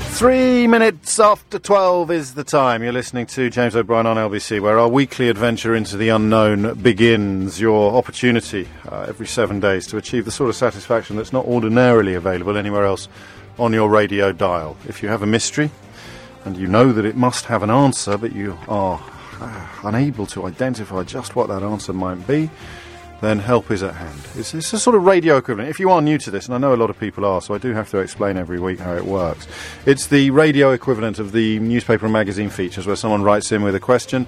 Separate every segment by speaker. Speaker 1: Three minutes after 12 is the time. You're listening to James O'Brien on LBC, where our weekly adventure into the unknown begins. Your opportunity uh, every seven days to achieve the sort of satisfaction that's not ordinarily available anywhere else on your radio dial. If you have a mystery and you know that it must have an answer, but you are uh, unable to identify just what that answer might be, then help is at hand. It's, it's a sort of radio equivalent. If you are new to this, and I know a lot of people are, so I do have to explain every week how it works. It's the radio equivalent of the newspaper and magazine features where someone writes in with a question,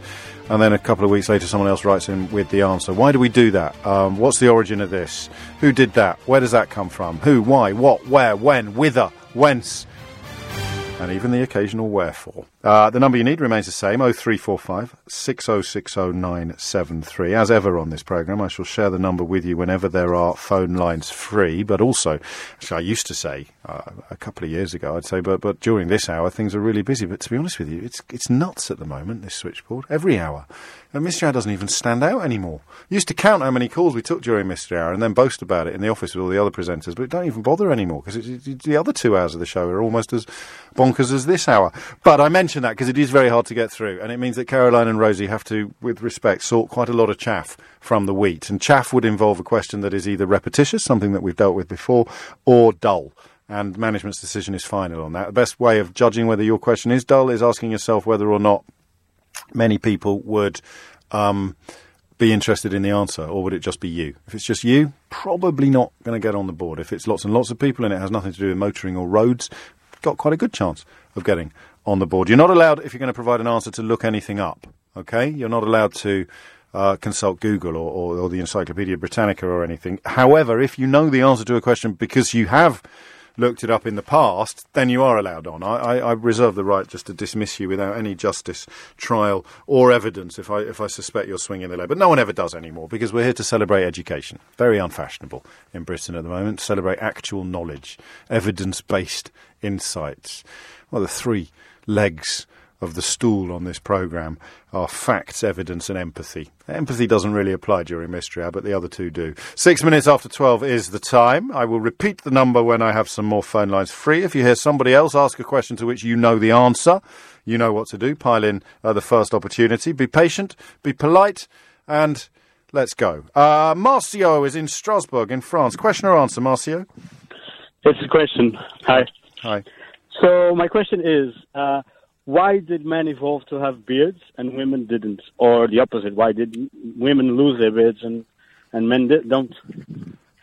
Speaker 1: and then a couple of weeks later, someone else writes in with the answer. Why do we do that? Um, what's the origin of this? Who did that? Where does that come from? Who, why, what, where, when, whither, whence? and even the occasional wherefore. Uh, the number you need remains the same 0345 6060973. As ever on this programme, I shall share the number with you whenever there are phone lines free, but also, actually, I used to say uh, a couple of years ago, I'd say, but, but during this hour, things are really busy. But to be honest with you, it's, it's nuts at the moment, this switchboard, every hour. And Mystery Hour doesn't even stand out anymore. Used to count how many calls we took during Mystery Hour and then boast about it in the office with all the other presenters, but don't even bother anymore because the other two hours of the show are almost as bonkers as this hour. But I mention that because it is very hard to get through, and it means that Caroline and Rosie have to, with respect, sort quite a lot of chaff from the wheat. And chaff would involve a question that is either repetitious, something that we've dealt with before, or dull and management's decision is final on that. The best way of judging whether your question is dull is asking yourself whether or not many people would um, be interested in the answer, or would it just be you? If it's just you, probably not going to get on the board. If it's lots and lots of people and it has nothing to do with motoring or roads, got quite a good chance of getting on the board. You're not allowed, if you're going to provide an answer, to look anything up, okay? You're not allowed to. Uh, consult Google or, or, or the Encyclopedia Britannica or anything. However, if you know the answer to a question because you have looked it up in the past, then you are allowed on. I, I, I reserve the right just to dismiss you without any justice, trial, or evidence if I if I suspect you're swinging the leg. But no one ever does anymore because we're here to celebrate education. Very unfashionable in Britain at the moment. Celebrate actual knowledge, evidence-based insights. Well, the three legs of the stool on this programme are facts, evidence, and empathy. Empathy doesn't really apply during Mystery Hour, but the other two do. Six minutes after 12 is the time. I will repeat the number when I have some more phone lines free. If you hear somebody else ask a question to which you know the answer, you know what to do. Pile in uh, the first opportunity. Be patient, be polite, and let's go. Uh, Marcio is in Strasbourg, in France. Question or answer, Marcio?
Speaker 2: It's a question. Hi.
Speaker 1: Hi.
Speaker 2: So my question is, uh, why did men evolve to have beards and women didn't, or the opposite? Why did m- women lose their beards and and men did, don't?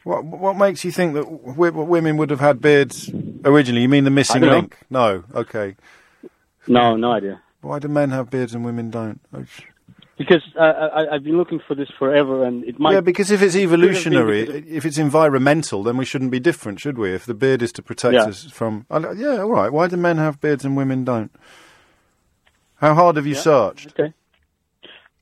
Speaker 1: What, what makes you think that w- w- women would have had beards originally? You mean the missing
Speaker 2: I don't know.
Speaker 1: link? No. Okay.
Speaker 2: No, no idea.
Speaker 1: Why do men have beards and women don't? It's-
Speaker 2: Because uh, I, I- I've been looking for this forever, and it might.
Speaker 1: yeah, because if it's evolutionary,
Speaker 2: Could have
Speaker 1: if it's environmental, then we shouldn't be different, should we? If the beard is to protect
Speaker 2: Yeah.
Speaker 1: us from. I don't- Yeah, all right. Why do men have beards and women don't? How hard have you searched?
Speaker 2: okay.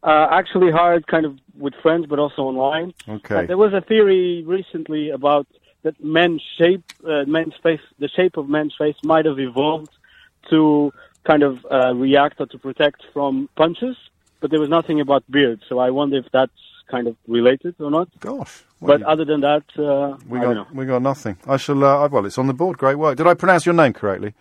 Speaker 2: Uh, actually, hard kind of with friends, but also online.
Speaker 1: Okay.
Speaker 2: Uh, there was a theory recently about that men's shape, uh, men's face, the shape of men's face might have evolved to kind of uh, react or to protect from punches, but there was nothing about beard. So I wonder if that's kind of related or not.
Speaker 1: Gosh. what
Speaker 2: But
Speaker 1: you-
Speaker 2: other than that, uh,
Speaker 1: we
Speaker 2: I
Speaker 1: got
Speaker 2: don't know.
Speaker 1: we got nothing. I shall. Uh, well, it's on the board. Great work. Did I pronounce your name correctly?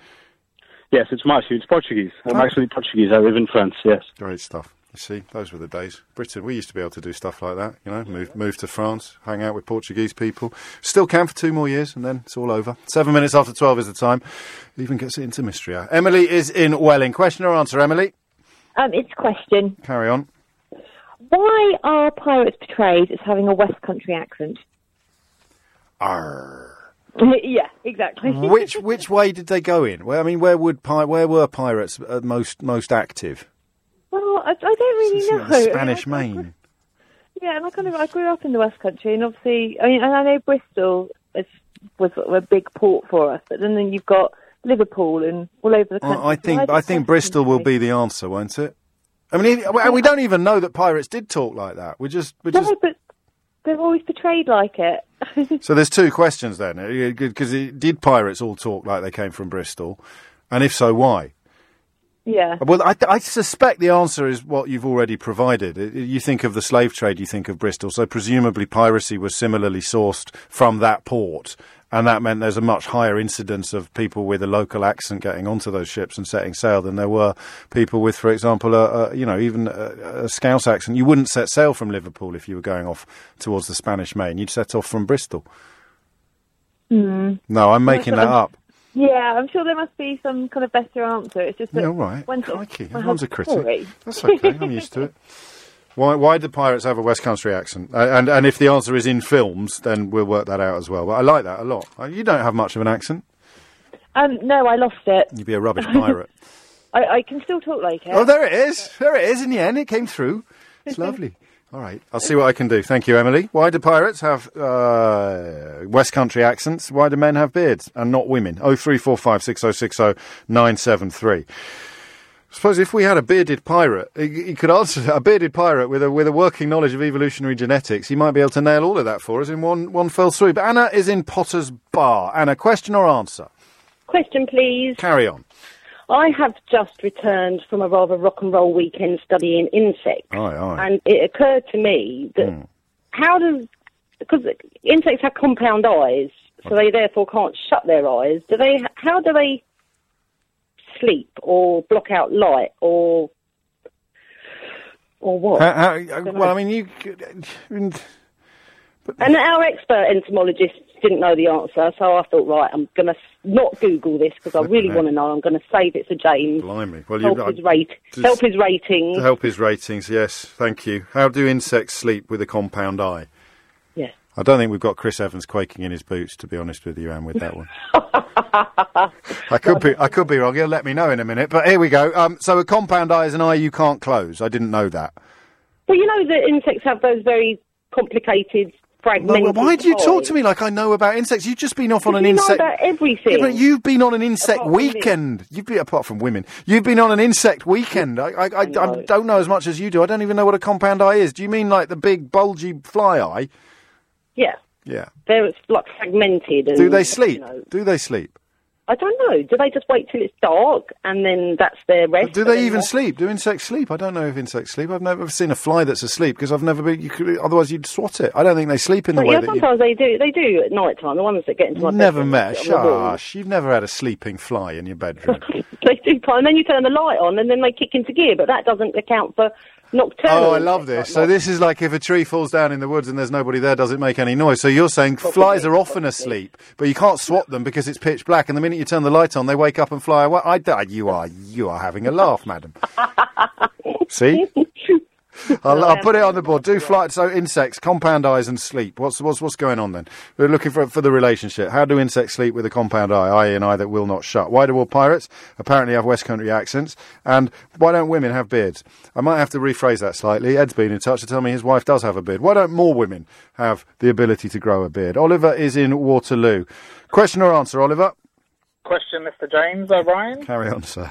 Speaker 2: Yes, it's Marcio. It's Portuguese. I'm
Speaker 1: Oh.
Speaker 2: actually Portuguese. I live in France. Yes.
Speaker 1: Great stuff. You see, those were the days. Britain, we used to be able to do stuff like that, you know, move, move to France, hang out with Portuguese people. Still can for two more years, and then it's all over. Seven minutes after 12 is the time. It even gets it into mystery hour. Emily is in Welling. Question or answer, Emily?
Speaker 3: Um, it's a question.
Speaker 1: Carry on.
Speaker 3: Why are pirates portrayed as having a West Country accent?
Speaker 1: Arr.
Speaker 3: yeah, exactly.
Speaker 1: which which way did they go in? Where, I mean, where would pi- where were pirates uh, most most active?
Speaker 3: well, I, I don't really
Speaker 1: Isn't
Speaker 3: know.
Speaker 1: it the Spanish
Speaker 3: I mean, I- I-
Speaker 1: Main.
Speaker 3: Yeah, and I kind of I grew up in the West Country, and obviously, I mean, and I know Bristol is, was a big port for us, but then, then you've got Liverpool and all over the country.
Speaker 1: Oh, I I
Speaker 3: Why
Speaker 1: think
Speaker 3: do
Speaker 1: I think
Speaker 3: West
Speaker 1: Bristol will
Speaker 3: Country?
Speaker 1: be the answer, won't it? I mean, if- we- we don't even know that pirates did talk like that. We're just we're just
Speaker 3: No, but they're always portrayed like it.
Speaker 1: So there's two questions then, because did pirates all talk like they came from Bristol, and if so, why?
Speaker 3: Yeah.
Speaker 1: Well, I, I suspect the answer is what you've already provided. I- You think of the slave trade, you think of Bristol, so presumably piracy was similarly sourced from that port, and that meant there's a much higher incidence of people with a local accent getting onto those ships and setting sail than there were people with, for example, a, a you know even a, a Scouse accent. You wouldn't set sail from Liverpool if you were going off towards the Spanish Main. You'd set off from Bristol.
Speaker 3: Hmm.
Speaker 1: No, I'm making that up.
Speaker 3: Yeah, I'm sure there must be some kind of better answer. It's just that
Speaker 1: Yeah, all right.
Speaker 3: when sort of-
Speaker 1: Crikey,
Speaker 3: my
Speaker 1: everyone's a
Speaker 3: husband-
Speaker 1: critic.
Speaker 3: Sorry.
Speaker 1: That's okay. I'm used to it. Why, why did pirates have a West Country accent? Uh, and and if the answer is in films, then we'll work that out as well. But I like that a lot. Uh, You don't have much of an accent.
Speaker 3: Um, no, I lost it.
Speaker 1: You'd be a rubbish pirate.
Speaker 3: I, I can still talk like it.
Speaker 1: oh, there it is. There it is. In the end, it came through. It's lovely. All right, I'll see what I can do. Thank you, Emily. Why do pirates have uh, West Country accents? Why do men have beards and not women? Oh three four five six oh six oh nine seven three. suppose if we had a bearded pirate, he, he could answer a bearded pirate with a with a working knowledge of evolutionary genetics. He might be able to nail all of that for us in one one fell swoop. Anna is in Potter's Bar. Anna, question or answer?
Speaker 4: Question, please.
Speaker 1: Carry on.
Speaker 4: I have just returned from a rather rock and roll weekend studying insects.
Speaker 1: Aye, aye. Mm.
Speaker 4: And it occurred to me that how does, because insects have compound eyes, so they therefore can't shut their eyes. Do they, how do they sleep or block out light or, or
Speaker 5: Oh.
Speaker 4: what?
Speaker 1: How- how- uh, well, I mean, you. could- uh,
Speaker 4: and our expert entomologist didn't know the answer, so I thought, right, I'm going to not Google this because I really
Speaker 1: heck.
Speaker 4: want to know. I'm going to save it for James.
Speaker 1: Blimey. Well, you
Speaker 4: Help his, rate,
Speaker 1: just-
Speaker 4: help his rating.
Speaker 1: To help his ratings, yes. Thank you. How do insects sleep with a compound eye?
Speaker 4: Yes.
Speaker 1: I don't think we've got Chris Evans quaking in his boots, to be honest with you, Anne, with that one. I could be, I could be wrong. You'll let me know in a minute. But here we go. Um, so a compound eye is an eye you can't close. I didn't know that.
Speaker 4: Well, you know that insects have those very complicated
Speaker 1: No,
Speaker 4: fragmented.
Speaker 1: well, why do you talk to me like I know about insects? You've just been off on an
Speaker 4: Because oh. you know
Speaker 1: insect.
Speaker 4: about everything.
Speaker 1: Yeah, but you've been on an insect
Speaker 4: Apart from me.
Speaker 1: weekend. You've been apart from women. You've been on an insect weekend. I, I, I, I
Speaker 4: know.
Speaker 1: don't know as much as you do. I don't even know what a compound eye is. Do you mean like the big bulgy fly eye?
Speaker 4: Yeah,
Speaker 1: Yeah.
Speaker 4: they're it's like fragmented. And,
Speaker 1: Do they sleep?
Speaker 4: you know.
Speaker 1: Do they sleep?
Speaker 4: I don't know. Do they just wait till it's dark and then that's their rest?
Speaker 1: Do
Speaker 4: and then
Speaker 1: they even
Speaker 4: what?
Speaker 1: sleep? Do insects sleep? I don't know if insects sleep. I've never seen a fly that's asleep because I've never been. You could, otherwise, you'd swat it. I don't think they sleep in the
Speaker 4: Well,
Speaker 1: way
Speaker 4: yeah,
Speaker 1: that you.
Speaker 4: sometimes they do. They do at night time. The ones that get into my
Speaker 1: Never
Speaker 4: bedroom
Speaker 1: met.
Speaker 4: and sit on the wall.
Speaker 1: Shush! You've never had a sleeping fly in your bedroom.
Speaker 4: They do, and then you turn the light on, and then they kick into gear. But that doesn't account for nocturnal.
Speaker 1: Oh, I love
Speaker 4: insects
Speaker 1: this.
Speaker 4: like
Speaker 1: So this is like if a tree falls down in the woods and there's nobody there, does it make any noise? So you're saying flies are often asleep, but you can't swat them because it's pitch black, and the minute you turn the light on, they wake up and fly away. I, I, you are you are having a laugh, madam. See. um, I'll, I'll put it on the board. Do fly so insects, compound eyes, and sleep. What's what's what's going on then? We're looking for for the relationship. How do insects sleep with a compound eye, eye an eye that will not shut? Why do all pirates apparently have West Country accents? And why don't women have beards? I might have to rephrase that slightly. Ed's been in touch to tell me his wife does have a beard. Why don't more women have the ability to grow a beard? Oliver is in Waterloo. Question or answer, Oliver?
Speaker 6: Question, Mr. James O'Brien.
Speaker 1: Carry on, sir.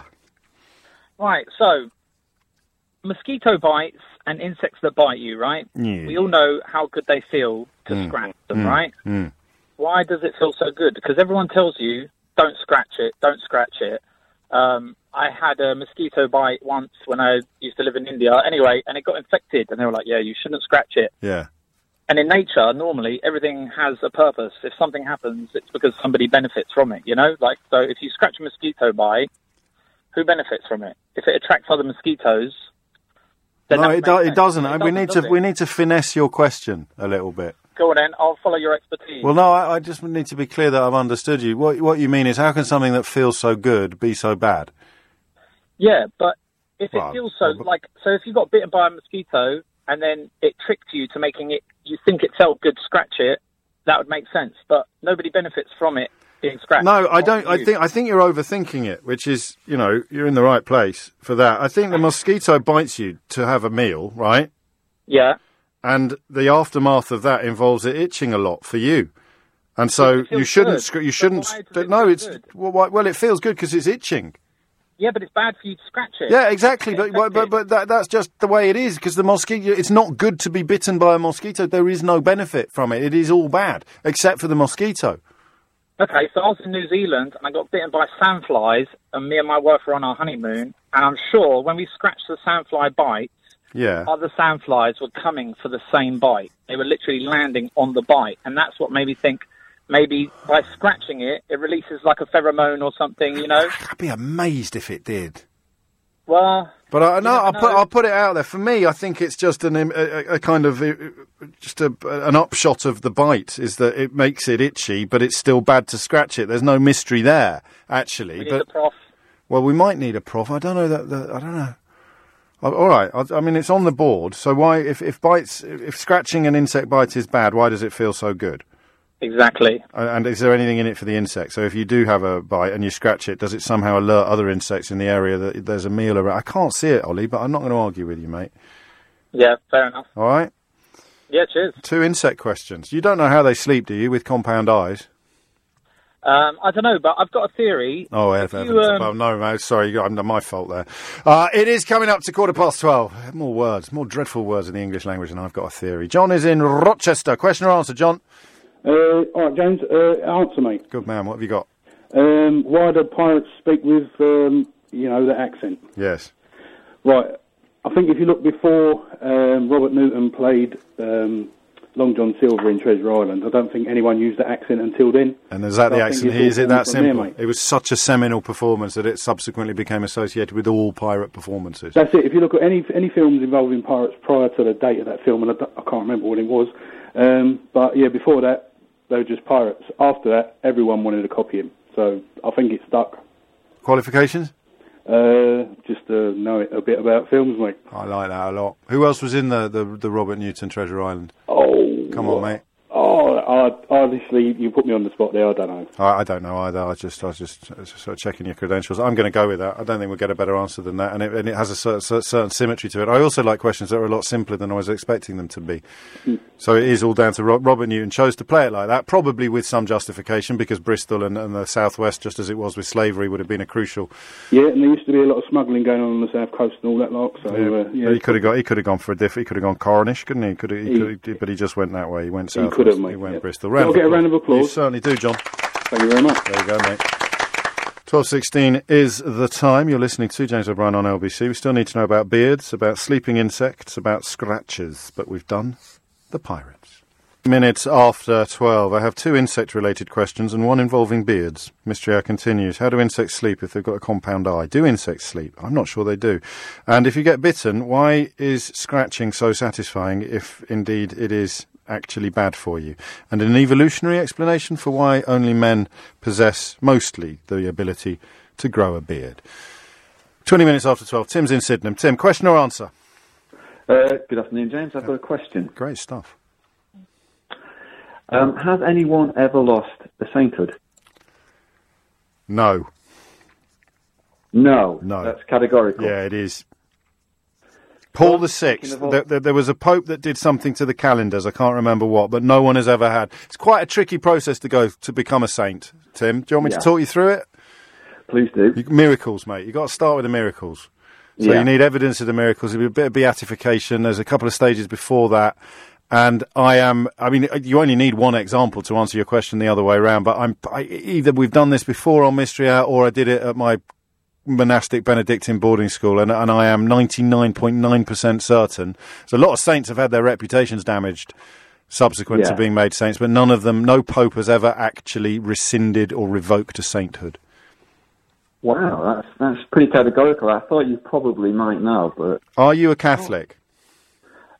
Speaker 6: Right, so mosquito bites and insects that bite you, right?
Speaker 1: Yeah.
Speaker 6: We all know how good they feel to scratch them, right?
Speaker 1: Hmm,
Speaker 6: Why does it feel so good? Because everyone tells you, don't scratch it, don't scratch it. Um, I had a mosquito bite once when I used to live in India, anyway, and it got infected, and they were like, yeah, you shouldn't scratch it.
Speaker 1: Yeah.
Speaker 6: And in nature, normally everything has a purpose. If something happens, it's because somebody benefits from it, you know? Like, so if you scratch a mosquito bite, who benefits from it? If it attracts other mosquitoes, then
Speaker 1: No,
Speaker 6: that
Speaker 1: it, do-
Speaker 6: makes
Speaker 1: it
Speaker 6: sense.
Speaker 1: doesn't. we
Speaker 6: doesn't,
Speaker 1: need
Speaker 6: does
Speaker 1: to
Speaker 6: it?
Speaker 1: we need to finesse your question a little bit.
Speaker 6: Go on then, I'll follow your expertise.
Speaker 1: Well, no, I, I just need to be clear that I've understood you. What what you mean is, how can something that feels so good be so bad?
Speaker 6: yeah, but if
Speaker 1: Well,
Speaker 6: it feels so,
Speaker 1: well, but-
Speaker 6: like, so if you got bitten by a mosquito and then it tricked you to making it, you think it felt good, scratch it, that would make sense. But nobody benefits from it being scratched.
Speaker 1: No, I
Speaker 6: Not
Speaker 1: don't. I
Speaker 6: you.
Speaker 1: think I think you're overthinking it, which is, you know, you're in the right place for that. I think the mosquito bites you to have a meal, right?
Speaker 6: Yeah.
Speaker 1: And the aftermath of that involves it itching a lot for you. And so
Speaker 6: It feels
Speaker 1: you shouldn't.
Speaker 6: good.
Speaker 1: Sc- you
Speaker 6: But
Speaker 1: shouldn't.
Speaker 6: why
Speaker 1: sc-
Speaker 6: does it
Speaker 1: no,
Speaker 6: feel
Speaker 1: it's
Speaker 6: good?
Speaker 1: well, why- well. It feels good because it's itching.
Speaker 6: Yeah, but it's bad for you to scratch it.
Speaker 1: Yeah, exactly. But but, but,
Speaker 6: Exactly.
Speaker 1: but that, that's just the way it is because the mosquito. It's not good to be bitten by a mosquito. There is no benefit from it. It is all bad except for the mosquito.
Speaker 6: Okay, so I was in New Zealand and I got bitten by sandflies, and me and my wife were on our honeymoon, And I'm sure when we scratched the sandfly bites,
Speaker 1: Yeah.
Speaker 6: other sandflies were coming for the same bite. They were literally landing on the bite, and that's what made me think maybe by scratching it, it releases like a pheromone or something, you know?
Speaker 1: I'd be amazed if it did.
Speaker 6: Well,
Speaker 1: But I, no,
Speaker 6: never
Speaker 1: I'll put
Speaker 6: know.
Speaker 1: I'll put it out there. For me, I think it's just an im- a, a- a kind of uh, just a, an upshot of the bite is that it makes it itchy, but it's still bad to scratch it. There's no mystery there, actually.
Speaker 6: we need
Speaker 1: but
Speaker 6: the prof.
Speaker 1: well, we might need a prof. I don't know that. that I don't know. Al- All right. I, I mean, it's on the board. So why, if, if bites, if scratching an insect bite is bad, why does it feel so good?
Speaker 6: Exactly.
Speaker 1: And and is there anything in it for the insect? So if you do have a bite and you scratch it, does it somehow alert other insects in the area that there's a meal around? I can't see it, Ollie, but I'm not going to argue with you, mate.
Speaker 6: Yeah, fair enough.
Speaker 1: All right.
Speaker 6: Yeah, cheers.
Speaker 1: Two insect questions. You don't know how they sleep, do you? With compound eyes?
Speaker 6: Um, I don't know, but I've got a theory.
Speaker 1: Oh,
Speaker 6: If
Speaker 1: heavens
Speaker 6: you, um,
Speaker 1: above. No, no, sorry, you- I'm, my fault there. Uh, it is coming up to quarter past twelve. More words, more dreadful words in the English language, and I've got a theory. John is in Rochester. Question or answer, John?
Speaker 7: Uh, all right, James, uh, answer me.
Speaker 1: Good man. What have you got?
Speaker 7: Um, why do pirates speak with, um, you know, the accent?
Speaker 1: Yes.
Speaker 7: Right, I think if you look before um, Robert Newton played um, Long John Silver in Treasure Island, I don't think anyone used the accent until then.
Speaker 1: And is that
Speaker 7: So
Speaker 1: the
Speaker 7: I think
Speaker 1: accent?
Speaker 7: it's all
Speaker 1: Is it
Speaker 7: coming
Speaker 1: that
Speaker 7: from there,
Speaker 1: simple?
Speaker 7: mate.
Speaker 1: it was such a seminal performance that it subsequently became associated with all pirate performances.
Speaker 7: That's it. If you look at any any films involving pirates prior to the date of that film, and I, d- I can't remember what it was, um, but yeah, before that they were just pirates. After that, everyone wanted to copy him. So I think it stuck.
Speaker 1: Qualifications?
Speaker 7: Uh, just to know it, a bit about films, mate.
Speaker 1: I like that a lot. Who else was in the, the, the Robert Newton Treasure Island?
Speaker 7: Oh,
Speaker 1: Come on, mate.
Speaker 7: Oh, I, honestly, you put me on the spot there. I don't know.
Speaker 1: I, I don't know either. I just, I was just uh, sort of checking your credentials. I'm going to go with that. I don't think we'll get a better answer than that, and it, and it has a cer- cer- certain symmetry to it. I also like questions that are a lot simpler than I was expecting them to be.
Speaker 7: Hmm.
Speaker 1: So it is all down to Ro- Robert Newton chose to play it like that, probably with some justification because Bristol and, and the Southwest, just as it was with slavery, would have been a crucial.
Speaker 7: Yeah, and there used to be a lot of smuggling going on on the south coast and all that lot. So uh, yeah,
Speaker 1: He could have got, he could have gone for a different. He could have gone Cornish, couldn't he? He Could have, he
Speaker 7: He-
Speaker 1: could have, but he just went that way. He went
Speaker 7: He could
Speaker 1: south.
Speaker 7: have,
Speaker 1: He
Speaker 7: mate,
Speaker 1: went
Speaker 7: yeah.
Speaker 1: Bristol.
Speaker 7: I'll get a round of applause.
Speaker 1: You certainly do, John.
Speaker 7: thank you very much.
Speaker 1: There you go, mate. 12.16 is the time. You're listening to James O'Brien on LBC. We still need to know about beards, about sleeping insects, about scratches, but we've done the pirates. Minutes after 12, I have two insect related questions and one involving beards. Mystery Hour continues. How do insects sleep if they've got a compound eye? Do insects sleep? I'm not sure they do. And if you get bitten, why is scratching so satisfying if indeed it is actually bad for you? And an evolutionary explanation for why only men possess mostly the ability to grow a beard. 20 minutes after 12, Tim's in Sydenham. Tim, question or answer?
Speaker 8: Uh, good afternoon, James. I've got a question.
Speaker 1: Great stuff.
Speaker 8: Um, has anyone ever lost a sainthood?
Speaker 1: No.
Speaker 8: No.
Speaker 1: No.
Speaker 8: That's categorical.
Speaker 1: Yeah, it is. Paul the Sixth.
Speaker 8: speaking of all-
Speaker 1: There, there, there was a pope that did something to the calendars. I can't remember what, but no one has ever had. It's quite a tricky process to go to become a saint. Tim, do you want me
Speaker 8: Yeah.
Speaker 1: to talk you through it?
Speaker 8: Please do.
Speaker 1: You, miracles, mate. You got to start with the miracles. So
Speaker 8: Yeah.
Speaker 1: you need evidence of the miracles. There'll be a bit of beatification. There's a couple of stages before that. And I am, I mean, you only need one example to answer your question the other way around, but I'm, I, either we've done this before on Mystery Hour or I did it at my monastic Benedictine boarding school, and, and I am 99.9% certain. So a lot of saints have had their reputations damaged subsequent to
Speaker 8: Yeah.
Speaker 1: being made saints, but none of them, no pope has ever actually rescinded or revoked a sainthood.
Speaker 8: Wow, that's that's pretty categorical. I thought you probably might know, but Oh.
Speaker 1: Are you a Catholic?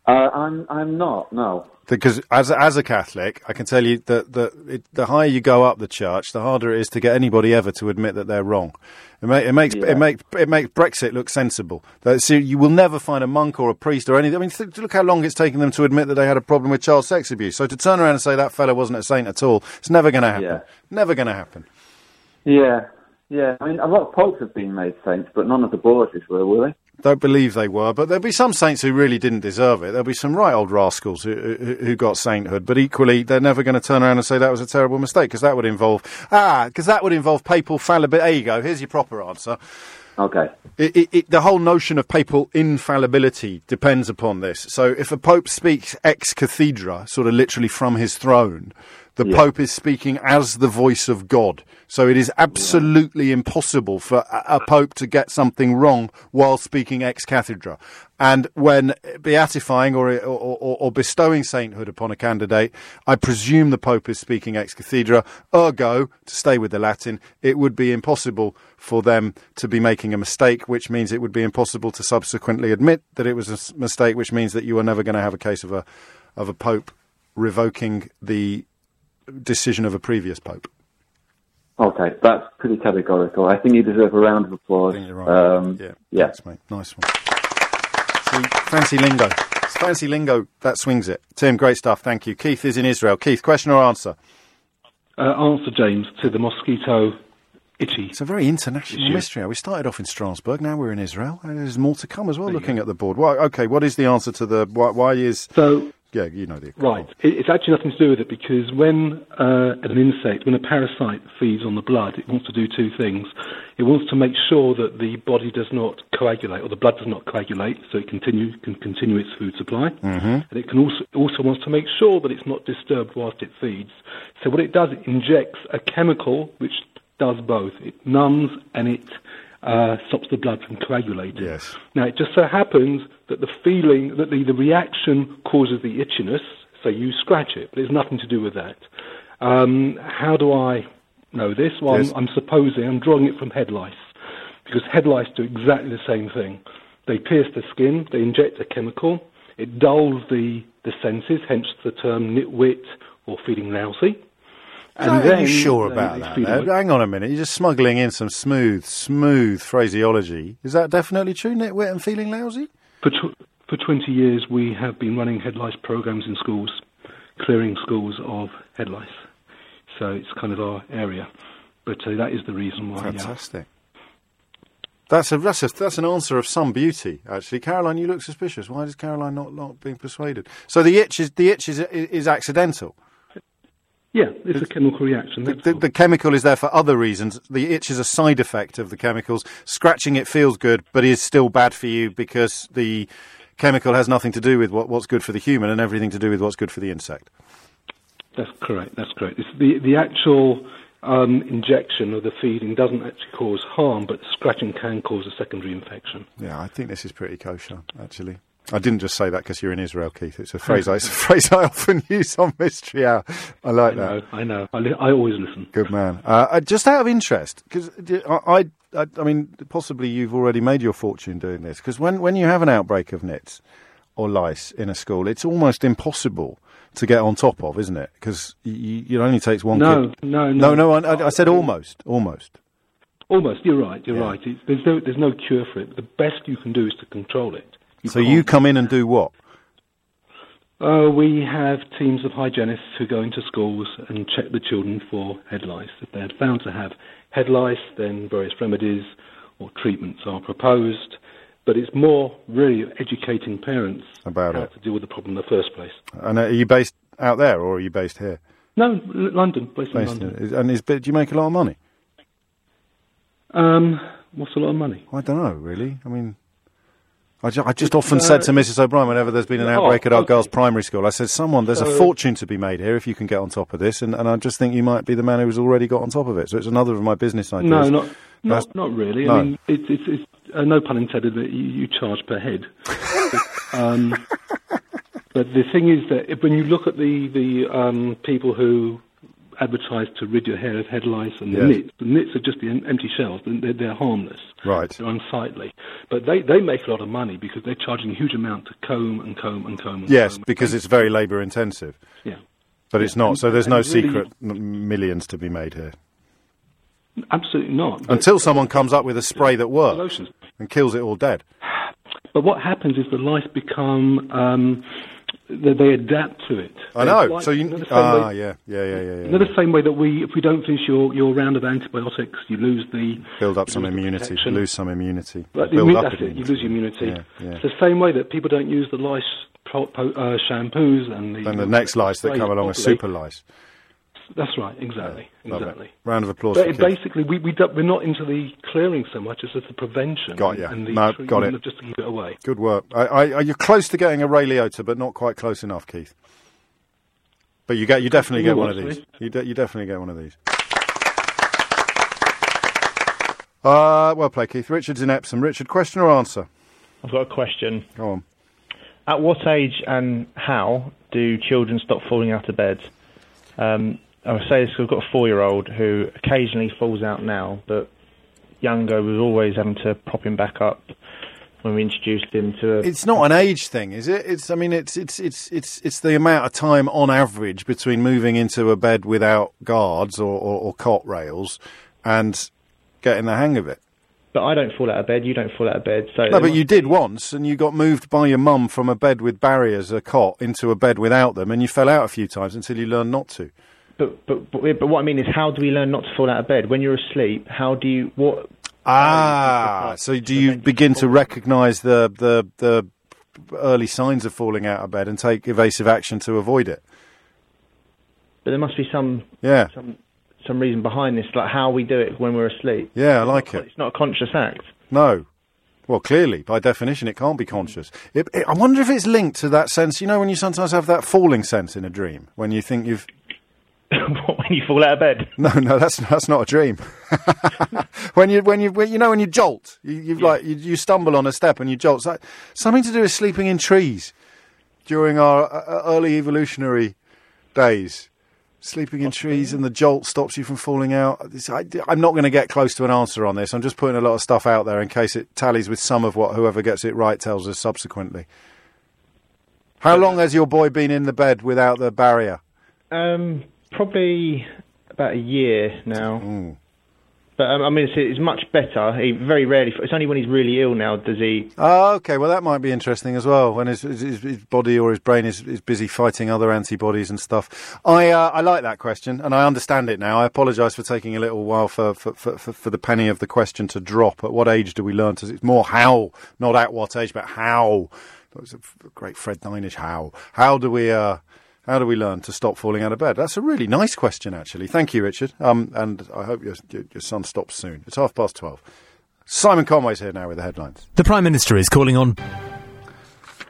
Speaker 8: uh, I'm I'm not. No.
Speaker 1: Because as as a Catholic, I can tell you that the it, the higher you go up the church, the harder it is to get anybody ever to admit that they're wrong. It, ma- it makes
Speaker 8: Yeah.
Speaker 1: it makes it makes Brexit look sensible. That- so you will never find a monk or a priest or anything. I mean, th- look how long it's taken them to admit that they had a problem with child sex abuse. So to turn around and say that fella wasn't a saint at all, it's never going to happen.
Speaker 8: Yeah.
Speaker 1: Never going to happen.
Speaker 8: Yeah. Yeah. I mean, a lot of popes have been made saints, but none of the Borgias were, were they?
Speaker 1: don't believe they were, but there'll be some saints who really didn't deserve it. There'll be some right old rascals who, who, who got sainthood, but equally they're never going to turn around and say that was a terrible mistake because that would involve ah because that would involve papal fallibility. There you go. Here's your proper answer.
Speaker 8: Okay.
Speaker 1: It, it, it, the whole notion of papal infallibility depends upon this. So if a pope speaks ex cathedra, sort of literally from his throne, the Pope is speaking as the voice of God. So it is absolutely impossible for a, a Pope to get something wrong while speaking ex cathedra. And when beatifying or, or, or, or bestowing sainthood upon a candidate, I presume the Pope is speaking ex cathedra. Ergo, to stay with the Latin, it would be impossible for them to be making a mistake, which means it would be impossible to subsequently admit that it was a s- mistake, which means that you are never going to have a case of a of a pope revoking the decision of a previous pope.
Speaker 8: Okay, that's pretty categorical. I think you deserve a round of applause.
Speaker 1: You're right.
Speaker 8: Um,
Speaker 1: yeah.
Speaker 8: yeah.
Speaker 1: Thanks, mate. Nice one. See, fancy lingo. It's fancy lingo that swings it. Tim, great stuff. Thank you. Keith is in Israel. Keith, question or answer?
Speaker 9: Uh, answer, James, to the mosquito itchy.
Speaker 1: It's a very international
Speaker 9: Issue.
Speaker 1: mystery. We started off in Strasbourg. Now we're in Israel. And There's more to come as well. looking at the board. Why, okay, what is the answer to the why, why is?
Speaker 9: So,
Speaker 1: Yeah, you know the
Speaker 9: right, it, it's actually nothing to do with it because when uh, an insect, when a parasite feeds on the blood, it wants to do two things. It wants to make sure that the body does not coagulate or the blood does not coagulate, so it continue can continue its food supply,
Speaker 1: Mm-hmm.
Speaker 9: and it can also also wants to make sure that it's not disturbed whilst it feeds. So what it does, it injects a chemical which does both. It numbs and it uh, stops the blood from coagulating.
Speaker 1: Yes.
Speaker 9: Now, it just so happens that the feeling, that the, the reaction causes the itchiness, so you scratch it, but it's nothing to do with that. Um, how do I know this? Well,
Speaker 1: Yes.
Speaker 9: I'm, I'm supposing, I'm drawing it from head lice, because head lice do exactly the same thing. They pierce the skin, they inject a chemical, it dulls the, the senses, hence the term nitwit or feeling lousy.
Speaker 1: are you sure
Speaker 9: they-
Speaker 1: about
Speaker 9: they
Speaker 1: that?
Speaker 9: feed
Speaker 1: though?
Speaker 9: on it.
Speaker 1: Hang on a minute. You're just smuggling in some smooth, smooth phraseology. Is that definitely true, nitwit and feeling lousy?
Speaker 9: For, tw- for 20 years, we have been running head lice programs in schools, clearing schools of head lice. So it's kind of our area. But uh, that is the reason why. Yeah.
Speaker 1: Fantastic. That's a, that's a that's an answer of some beauty, actually. Caroline, you look suspicious. Why is Caroline not, not being persuaded? So the itch is the itch is is, is accidental.
Speaker 9: yeah, it's a chemical reaction.
Speaker 1: The,
Speaker 9: that's
Speaker 1: the,
Speaker 9: all.
Speaker 1: the chemical is there for other reasons. The itch is a side effect of the chemicals. Scratching it feels good, but is still bad for you because the chemical has nothing to do with what, what's good for the human and everything to do with what's good for the insect.
Speaker 9: That's correct. That's correct. It's the the actual um, injection of the feeding doesn't actually cause harm, but scratching can cause a secondary infection.
Speaker 1: Yeah, I think this is pretty kosher, actually. I didn't just say that because you're in Israel, Keith. It's a phrase. I, it's a phrase I often use on Mystery Hour. I like
Speaker 9: I
Speaker 1: that.
Speaker 9: know. I know. I, li- I always listen.
Speaker 1: Good man. Uh, uh, just out of interest, because I, I, I mean, possibly you've already made your fortune doing this. Because when, when you have an outbreak of nits or lice in a school, it's almost impossible to get on top of, isn't it? Because it only takes one.
Speaker 9: No,
Speaker 1: kid.
Speaker 9: no,
Speaker 1: no,
Speaker 9: no.
Speaker 1: I, I said almost, almost.
Speaker 9: Almost. You're right. You're
Speaker 1: Yeah.
Speaker 9: right. It's, there's no there's no cure for it. The best you can do is to control it.
Speaker 1: so you
Speaker 9: can't-
Speaker 1: come in and do what?
Speaker 9: Uh, we have teams of hygienists who go into schools and check the children for head lice. If they're found to have head lice, then various remedies or treatments are proposed. But it's more really educating parents
Speaker 1: About
Speaker 9: how
Speaker 1: it.
Speaker 9: to deal with the problem in the first place.
Speaker 1: And are you based out there or are you based here?
Speaker 9: No, L- London, based in
Speaker 1: Based
Speaker 9: London.
Speaker 1: in- and is, do you make a lot of money?
Speaker 9: Um, what's a lot of money?
Speaker 1: I don't know, really. I mean, I, ju- I just often said to Mrs. O'Brien whenever there's been an
Speaker 9: uh, Oh,
Speaker 1: outbreak at our
Speaker 9: okay.
Speaker 1: girls' primary school, I said, someone, there's a
Speaker 9: So-
Speaker 1: fortune to be made here if you can get on top of this. And, and I just think you might be the man who's already got on top of it. So it's another of my business ideas.
Speaker 9: No, not
Speaker 1: That's-
Speaker 9: not, not really.
Speaker 1: No.
Speaker 9: I mean, it's it's, it's uh, no pun intended that you, you charge per head. but, um, but the thing is that if, when you look at the the um, people who advertise to rid your hair of head lice and the
Speaker 1: Yes.
Speaker 9: nits, the nits are just the em- empty shells. and They're, they're harmless.
Speaker 1: Right.
Speaker 9: They're unsightly. But they, they make a lot of money because they're charging a huge amount to comb and comb and comb. And
Speaker 1: Yes,
Speaker 9: comb.
Speaker 1: because it's very labour intensive.
Speaker 9: um, yeah.
Speaker 1: But it's not. So there's no
Speaker 9: And really-
Speaker 1: secret m- millions to be made here.
Speaker 9: Absolutely not. But-
Speaker 1: Until someone comes up with a spray that works
Speaker 9: Lotions.
Speaker 1: and kills it all dead.
Speaker 9: But what happens is the lice become um, they, they adapt to it.
Speaker 1: I know.
Speaker 9: Like-
Speaker 1: So you.
Speaker 9: the same
Speaker 1: Ah,
Speaker 9: way-
Speaker 1: yeah. Yeah, yeah, yeah, yeah.
Speaker 9: you know the same way that we, if we don't finish your, your round of antibiotics, you lose the
Speaker 1: Build up some
Speaker 9: you lose the
Speaker 1: immunity.
Speaker 9: protection.
Speaker 1: Lose some immunity.
Speaker 9: Right, the
Speaker 1: Build
Speaker 9: immu-
Speaker 1: up
Speaker 9: that's it. You lose your immunity.
Speaker 1: Yeah, yeah.
Speaker 9: It's the same way that people don't use the lice pro, po, uh, shampoos and the
Speaker 1: Then the next lice that come along
Speaker 9: properly.
Speaker 1: are super lice.
Speaker 9: That's right. Exactly.
Speaker 1: Love it.
Speaker 9: exactly.
Speaker 1: Round of applause
Speaker 9: But
Speaker 1: for
Speaker 9: it
Speaker 1: Keith.
Speaker 9: basically, we, we don't, we're not into the clearing so much as it's the prevention
Speaker 1: Got ya.
Speaker 9: and the
Speaker 1: No, got
Speaker 9: treatment
Speaker 1: it.
Speaker 9: of just to keep it away.
Speaker 1: Good work. I, I, you're close to getting a Ray Liotta, but not quite close enough, Keith. But you get you definitely get
Speaker 9: Ooh,
Speaker 1: one of
Speaker 9: actually.
Speaker 1: these. You, de- you definitely get one of these. Uh, well played, Keith. Richard's in Epsom. Richard, question or answer?
Speaker 10: I've got a question.
Speaker 1: Go on.
Speaker 10: At what age and how do children stop falling out of bed? Um, I would say this 'cause I've got a four-year-old who occasionally falls out now, but younger was always having to prop him back up when we introduced him to. A,
Speaker 1: It's not an age thing, is it? It's I mean, it's it's it's it's it's the amount of time on average between moving into a bed without guards or, or, or cot rails and getting the hang of it.
Speaker 10: but I don't fall out of bed. You don't fall out of bed. So
Speaker 1: No, but you did once, and you got moved by your mum from a bed with barriers, a cot, into a bed without them, and you fell out a few times until you learned not to.
Speaker 10: But, but but but what I mean is, how do we learn not to fall out of bed when you're asleep? How do you what?
Speaker 1: Ah, so do you begin to recognise the, the the early signs of falling out of bed and take evasive action to avoid it?
Speaker 10: But there must be some
Speaker 1: Yeah,
Speaker 10: some some reason behind this, like how we do it when we're asleep.
Speaker 1: yeah, I like it.
Speaker 10: It's not a conscious act.
Speaker 1: No. Well, clearly, by definition, it can't be conscious. It, it- I wonder if it's linked to that sense, you know, when you sometimes have that falling sense in a dream, when you think you've.
Speaker 10: when you fall out of bed.
Speaker 1: No, no, that's that's not a dream. when you when you when, you know when you jolt, you you've like you, you stumble on a step and you jolt. It's like, something to do with sleeping in trees during our uh, uh, early evolutionary days. Sleeping in trees and the jolt stops you from falling out. It's- I, am not going to get close to an answer on this. I'm just putting a lot of stuff out there in case it tallies with some of what whoever gets it right tells us subsequently. How long has your boy been in the bed without the barrier?
Speaker 10: Um, probably about a year now. But um, I mean, it's, it's much better. He very rarely. It's only when he's really ill now does he.
Speaker 1: Oh, okay. Well, that might be interesting as well. When his, his, his- his body or his brain is, is busy fighting other antibodies and stuff. I uh, I like that question, and I understand it now. I apologise for taking a little while for for, for, for for the penny of the question to drop. At what age do we learn to? It's more how, not at what age, but how. That was a f- great Fred Ninish. How? How do we? Uh, how do we learn to stop falling out of bed? That's a really nice question, actually. Thank you, Richard. Um, and I hope your, your, your son stops soon. It's half past 12. Simon Conway's here now with the headlines.
Speaker 11: The Prime Minister is calling on.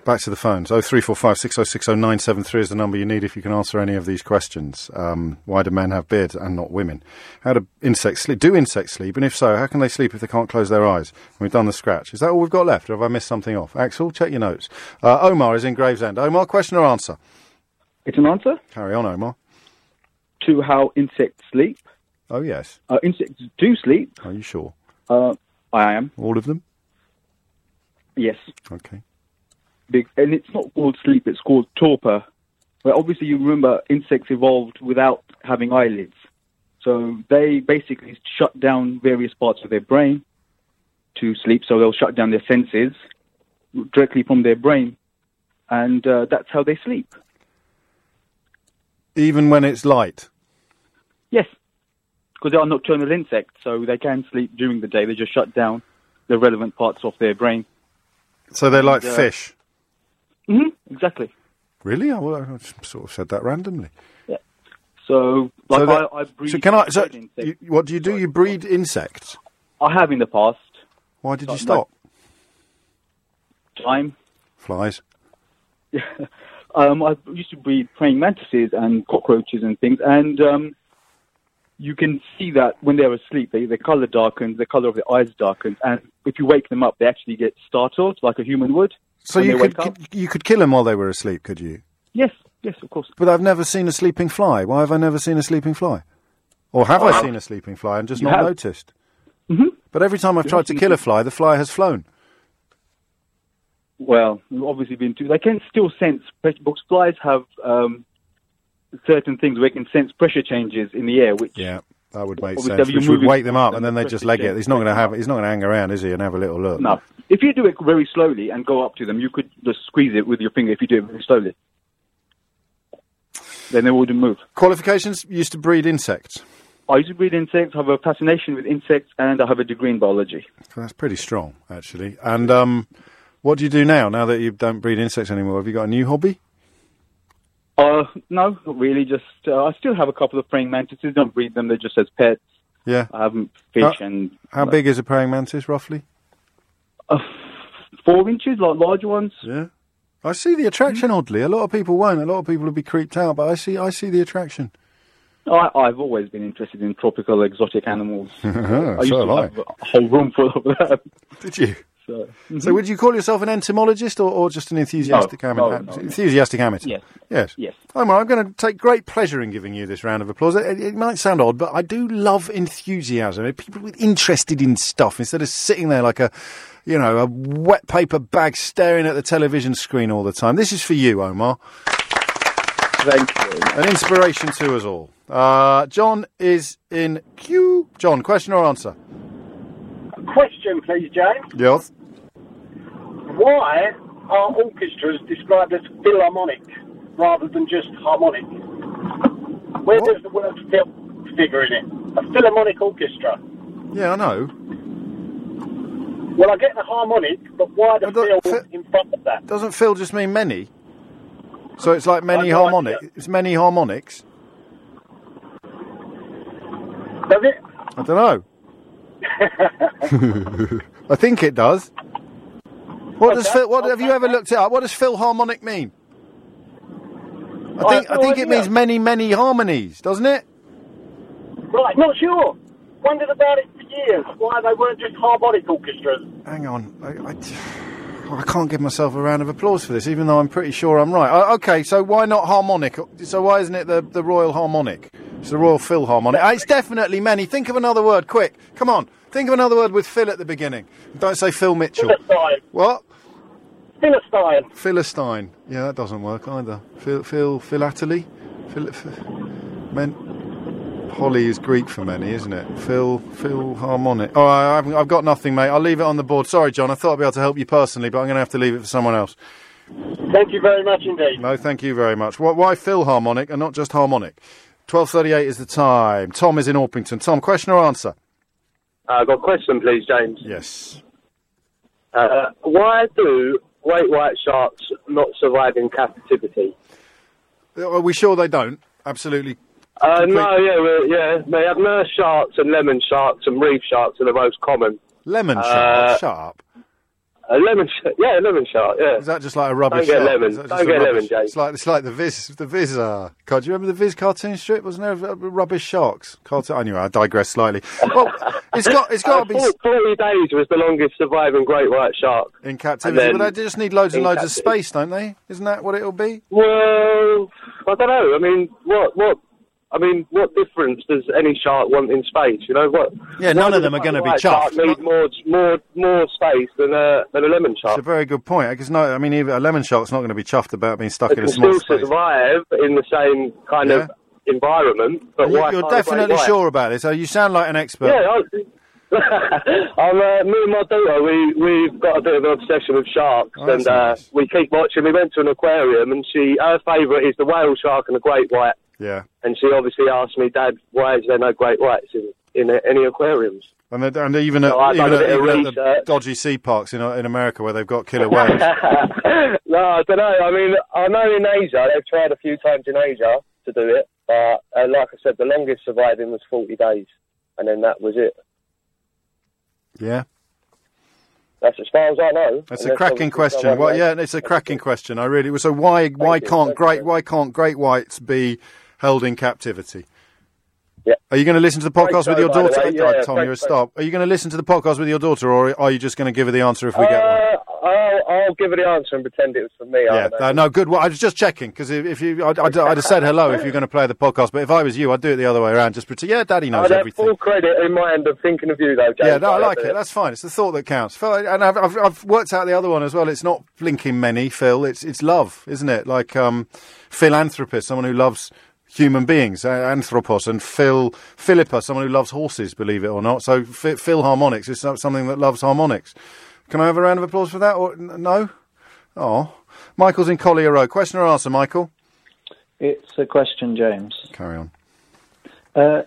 Speaker 1: Back to the phones. Oh, 0345 606 0973 is the number you need if you can answer any of these questions. Um, why do men have beards and not women? How do insects sleep? Do insects sleep? And if so, how can they sleep if they can't close their eyes? We've done the scratch. Is that all we've got left, or have I missed something off? Axel, check your notes. Uh, Omar is in Gravesend. Omar, question or answer?
Speaker 12: It's an answer
Speaker 1: Carry on, Omar.
Speaker 12: to how insects sleep.
Speaker 1: Oh, yes.
Speaker 12: Uh, insects do sleep.
Speaker 1: Are you sure?
Speaker 12: Uh, I am,
Speaker 1: All of them?
Speaker 12: yes.
Speaker 1: Okay.
Speaker 12: Big, and it's not called sleep, it's called torpor. But obviously, you remember insects evolved without having eyelids. So they basically shut down various parts of their brain to sleep. So they'll shut down their senses directly from their brain. And uh, that's how they sleep.
Speaker 1: Even when it's light.
Speaker 12: Yes, because they are nocturnal insects, so they can sleep during the day. They just shut down the relevant parts of their brain. uh,
Speaker 1: So they're like
Speaker 12: Yeah.
Speaker 1: fish.
Speaker 12: hmm Exactly.
Speaker 1: Really? I, well, I just sort of said that randomly.
Speaker 12: So, like,
Speaker 1: so, that-
Speaker 12: I, I breed.
Speaker 1: so can I? So
Speaker 12: insects.
Speaker 1: you, what do you do? You breed insects.
Speaker 12: I have in the past
Speaker 1: Why did you
Speaker 12: Like-
Speaker 1: stop?
Speaker 12: time.
Speaker 1: Flies.
Speaker 12: Um, I used to breed praying mantises and cockroaches and things, and um, you can see that when they're asleep, they, their color darkens, the color of their eyes darkens, and if you wake them up, they actually get startled like a human would.
Speaker 1: So
Speaker 12: when
Speaker 1: you
Speaker 12: they
Speaker 1: could
Speaker 12: wake up.
Speaker 1: you could kill them while they were asleep, could you?
Speaker 12: Yes, yes, of course.
Speaker 1: But I've never seen a sleeping fly. Why have I never seen a sleeping fly? Or have I seen a sleeping fly and just
Speaker 12: You
Speaker 1: not
Speaker 12: have.
Speaker 1: noticed? Mm-hmm. But every time I've tried to kill a fly, the fly has flown.
Speaker 12: Well, we've obviously been too. They can still sense pressure. Because flies have um, certain things where they can sense pressure changes in the air, which
Speaker 1: Yeah, that would make
Speaker 12: Obviously, if
Speaker 1: sense.
Speaker 12: you
Speaker 1: Which would
Speaker 12: move it
Speaker 1: wake them up,
Speaker 12: faster
Speaker 1: and then
Speaker 12: than
Speaker 1: they
Speaker 12: the
Speaker 1: just
Speaker 12: pressure
Speaker 1: leg it.
Speaker 12: change,
Speaker 1: He's not going to
Speaker 12: wake
Speaker 1: have. He's not going to hang around, is he? And have a little look.
Speaker 12: no. If you do it very slowly and go up to them, you could just squeeze it with your finger. If you do it very slowly, then they wouldn't move.
Speaker 1: Qualifications used to breed insects.
Speaker 12: I used to breed insects. I have a fascination with insects, and I have a degree in biology.
Speaker 1: So that's pretty strong, actually. And um, what do you do now? Now that you don't breed insects anymore, have you got a new hobby?
Speaker 12: Uh, no, not really. Just uh, I still have a couple of praying mantises. Don't breed them. They're just as pets.
Speaker 1: Yeah.
Speaker 12: I haven't fish and
Speaker 1: Uh, How big is a praying mantis, roughly?
Speaker 12: four inches, Uh, like large ones. Mm-hmm.
Speaker 1: Yeah. I see the attraction. Oddly, a lot of people won't. A lot of people will be creeped out, but I see. I see the attraction.
Speaker 12: I, I've always been interested in tropical exotic animals. I used
Speaker 1: Oh, So
Speaker 12: to
Speaker 1: have I.
Speaker 12: have a whole room full of them.
Speaker 1: Did you?
Speaker 12: So,
Speaker 1: So, would you call yourself an entomologist or, or just an enthusiastic
Speaker 12: No,
Speaker 1: amateur? Uh,
Speaker 12: no, no.
Speaker 1: Enthusiastic amateur.
Speaker 12: Yes.
Speaker 1: Yes.
Speaker 12: Yes.
Speaker 1: Omar, I'm going to take great pleasure in giving you this round of applause. It, it might sound odd, but I do love enthusiasm. People with interested in stuff instead of sitting there like a, you know, a wet paper bag staring at the television screen all the time. This is for you, Omar.
Speaker 12: Thank you.
Speaker 1: An inspiration to us all. Uh, John is in queue. John, question or answer?
Speaker 11: Question, please, James.
Speaker 1: Yes.
Speaker 11: Why are orchestras described as philharmonic rather than just harmonic? Where does the word phil figure in it? A philharmonic orchestra.
Speaker 1: Yeah, I know.
Speaker 11: Well, I get the harmonic, but why the phil in front of that?
Speaker 1: Doesn't Phil just mean many? So it's like many harmonic. It's many harmonics.
Speaker 11: Does it?
Speaker 1: I don't know. I think it does. What does Phil? What have you ever looked it up? What does Philharmonic mean? I
Speaker 11: I
Speaker 1: think
Speaker 11: have
Speaker 1: I
Speaker 11: no
Speaker 1: think it
Speaker 11: idea.
Speaker 1: means many many harmonies, doesn't it?
Speaker 11: Right, not sure. Wondered about it for years, why they weren't just harmonic orchestras.
Speaker 1: Hang on, I, I, well, I can't give myself a round of applause for this, even though I'm pretty sure I'm right. Uh, okay, so why not harmonic? So why isn't it the, the Royal Harmonic? It's the Royal Philharmonic. Uh, It's definitely many. Think of another word, quick. Come on, think of another word with Phil at the beginning. Don't say Phil Mitchell.
Speaker 11: Philistine.
Speaker 1: What?
Speaker 11: Philistine.
Speaker 1: Philistine. Yeah, that doesn't work either. Phil, Phil philately. Phil, ph- men. Holly is Greek for many, isn't it? Phil, Phil harmonic. Oh, I, I've, I've got nothing, mate. I'll leave it on the board. Sorry, John. I thought I'd be able to help you personally, but I'm going to have to leave it for someone else.
Speaker 11: Thank you very much indeed.
Speaker 1: No, thank you very much. Why, why Phil harmonic and not just harmonic? Twelve thirty-eight is the time. Tom is in Orpington. Tom, question or answer?
Speaker 13: Uh, I've got a question, please, James.
Speaker 1: Yes.
Speaker 13: Uh, why do great white sharks not survive in captivity?
Speaker 1: Are we sure they don't? Absolutely.
Speaker 13: Uh, no, yeah, well, yeah. They have nurse sharks and lemon sharks and reef sharks are the most common.
Speaker 1: Lemon
Speaker 13: Uh,
Speaker 1: shark. Sharp.
Speaker 13: A lemon, sh- yeah, lemon shark. Yeah.
Speaker 1: Is that just like a rubber
Speaker 13: Don't get
Speaker 1: shark?
Speaker 13: lemon.
Speaker 1: Is that just
Speaker 13: Don't
Speaker 1: a
Speaker 13: get
Speaker 1: rubber
Speaker 13: lemon,
Speaker 1: sh-
Speaker 13: James.
Speaker 1: It's like it's like the Viz the Viz uh, card. Do you remember the Viz cartoon strip? Wasn't there a- a rubbish sharks cartoon? Anyway, I digress slightly. Well, it's got it's got
Speaker 13: Uh,
Speaker 1: to be
Speaker 13: four- Forty days was the longest surviving great white shark.
Speaker 1: in captivity,
Speaker 13: then-
Speaker 1: but they just need loads and
Speaker 13: in
Speaker 1: loads of
Speaker 13: captivity.
Speaker 1: space, don't they? Isn't that what it'll be?
Speaker 13: Well, I don't know. I mean, what what? I mean, what difference does any shark want in space? You know what?
Speaker 1: Yeah, none
Speaker 13: why
Speaker 1: of
Speaker 13: does
Speaker 1: them are
Speaker 13: a
Speaker 1: gonna be
Speaker 13: white Shark
Speaker 1: chuffed.
Speaker 13: need more more more space than a than a lemon
Speaker 1: It's a
Speaker 13: shark.
Speaker 1: very good point because no, I mean, even a lemon shark's not going to be chuffed about being stuck
Speaker 13: They
Speaker 1: in
Speaker 13: can
Speaker 1: a small
Speaker 13: still
Speaker 1: space.
Speaker 13: survive in the same kind of environment, but
Speaker 1: You-
Speaker 13: why
Speaker 1: You're
Speaker 13: can't a great
Speaker 1: definitely
Speaker 13: white?
Speaker 1: sure about this. Oh, you sound like an expert.
Speaker 13: Yeah, I, I'm, uh, me and my daughter, we, we've got a bit of an obsession with sharks,
Speaker 1: Oh, that's
Speaker 13: and uh, we keep watching. We went to an aquarium, and she her favourite is the whale shark and the great white.
Speaker 1: Yeah.
Speaker 13: And she obviously asked me, Dad, why is there no great whites in, in any aquariums?
Speaker 1: And, they- and even at,
Speaker 13: No, I've done
Speaker 1: even,
Speaker 13: a
Speaker 1: at,
Speaker 13: bit of
Speaker 1: even at the dodgy sea parks in, in America where they've got killer whales.
Speaker 13: no, I don't know. I mean, I know in Asia, they've tried a few times in Asia to do it, but uh, like I said, the longest surviving was 40 days, and then that was it.
Speaker 1: yeah.
Speaker 13: That's as far as I know.
Speaker 1: That's
Speaker 13: And
Speaker 1: a cracking
Speaker 13: obviously
Speaker 1: question.
Speaker 13: someone
Speaker 1: Well,
Speaker 13: else.
Speaker 1: yeah, it's a cracking question. I really so why why can't great why can't great whites be held in captivity?
Speaker 13: Yeah.
Speaker 1: Are you going to listen to the
Speaker 13: Great
Speaker 1: podcast with
Speaker 13: show,
Speaker 1: your
Speaker 13: by the
Speaker 1: daughter?
Speaker 13: way.
Speaker 1: Oh,
Speaker 13: Yeah,
Speaker 1: Tom,
Speaker 13: great
Speaker 1: you're a
Speaker 13: show.
Speaker 1: star. Are you going to listen to the podcast with your daughter, or are you just going to give her the answer if we get one?
Speaker 13: Uh, I'll, I'll give her the answer and pretend it was for me.
Speaker 1: Yeah, uh, no, no, good. Well, I was just checking because if, if you, I'd, I'd, I'd have said hello if you're going to play the podcast. But if I was you, I'd do it the other way around. Just pretend. Yeah, Daddy knows
Speaker 13: I'd have
Speaker 1: everything.
Speaker 13: full credit in my end of thinking of you, though, James. uh,
Speaker 1: Yeah, no, I
Speaker 13: I'd
Speaker 1: like
Speaker 13: do
Speaker 1: it. That's fine. It's the thought that counts. Phil, and I've, I've, I've worked out the other one as well. It's not blinking many, Phil. It's it's love, isn't it? Like um, philanthropist, someone who loves human beings, uh, anthropos, and Phil Philippa, someone who loves horses, believe it or not. So ph Philharmonics is so- something that loves harmonics. Can I have a round of applause for that? Or n- no? Oh, Michael's in Collier Road. Question or answer, Michael?
Speaker 14: It's a question, James.
Speaker 1: Carry on.
Speaker 14: Uh,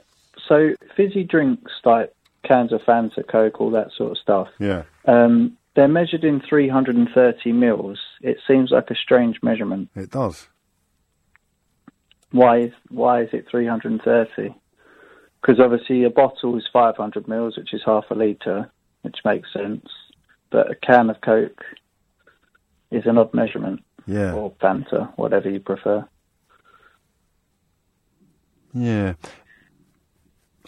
Speaker 14: so fizzy drinks like cans of Fanta, Coke, all that sort of stuff.
Speaker 1: Yeah.
Speaker 14: Um, they're measured in 330 mils. It seems like a strange measurement.
Speaker 1: It does.
Speaker 14: Why is why is it 330? Because obviously a bottle is 500 mils, which is half a liter, which makes sense. But a can of Coke is an odd measurement.
Speaker 1: Yeah.
Speaker 5: Oh,
Speaker 14: or Fanta, whatever you prefer.
Speaker 1: Yeah.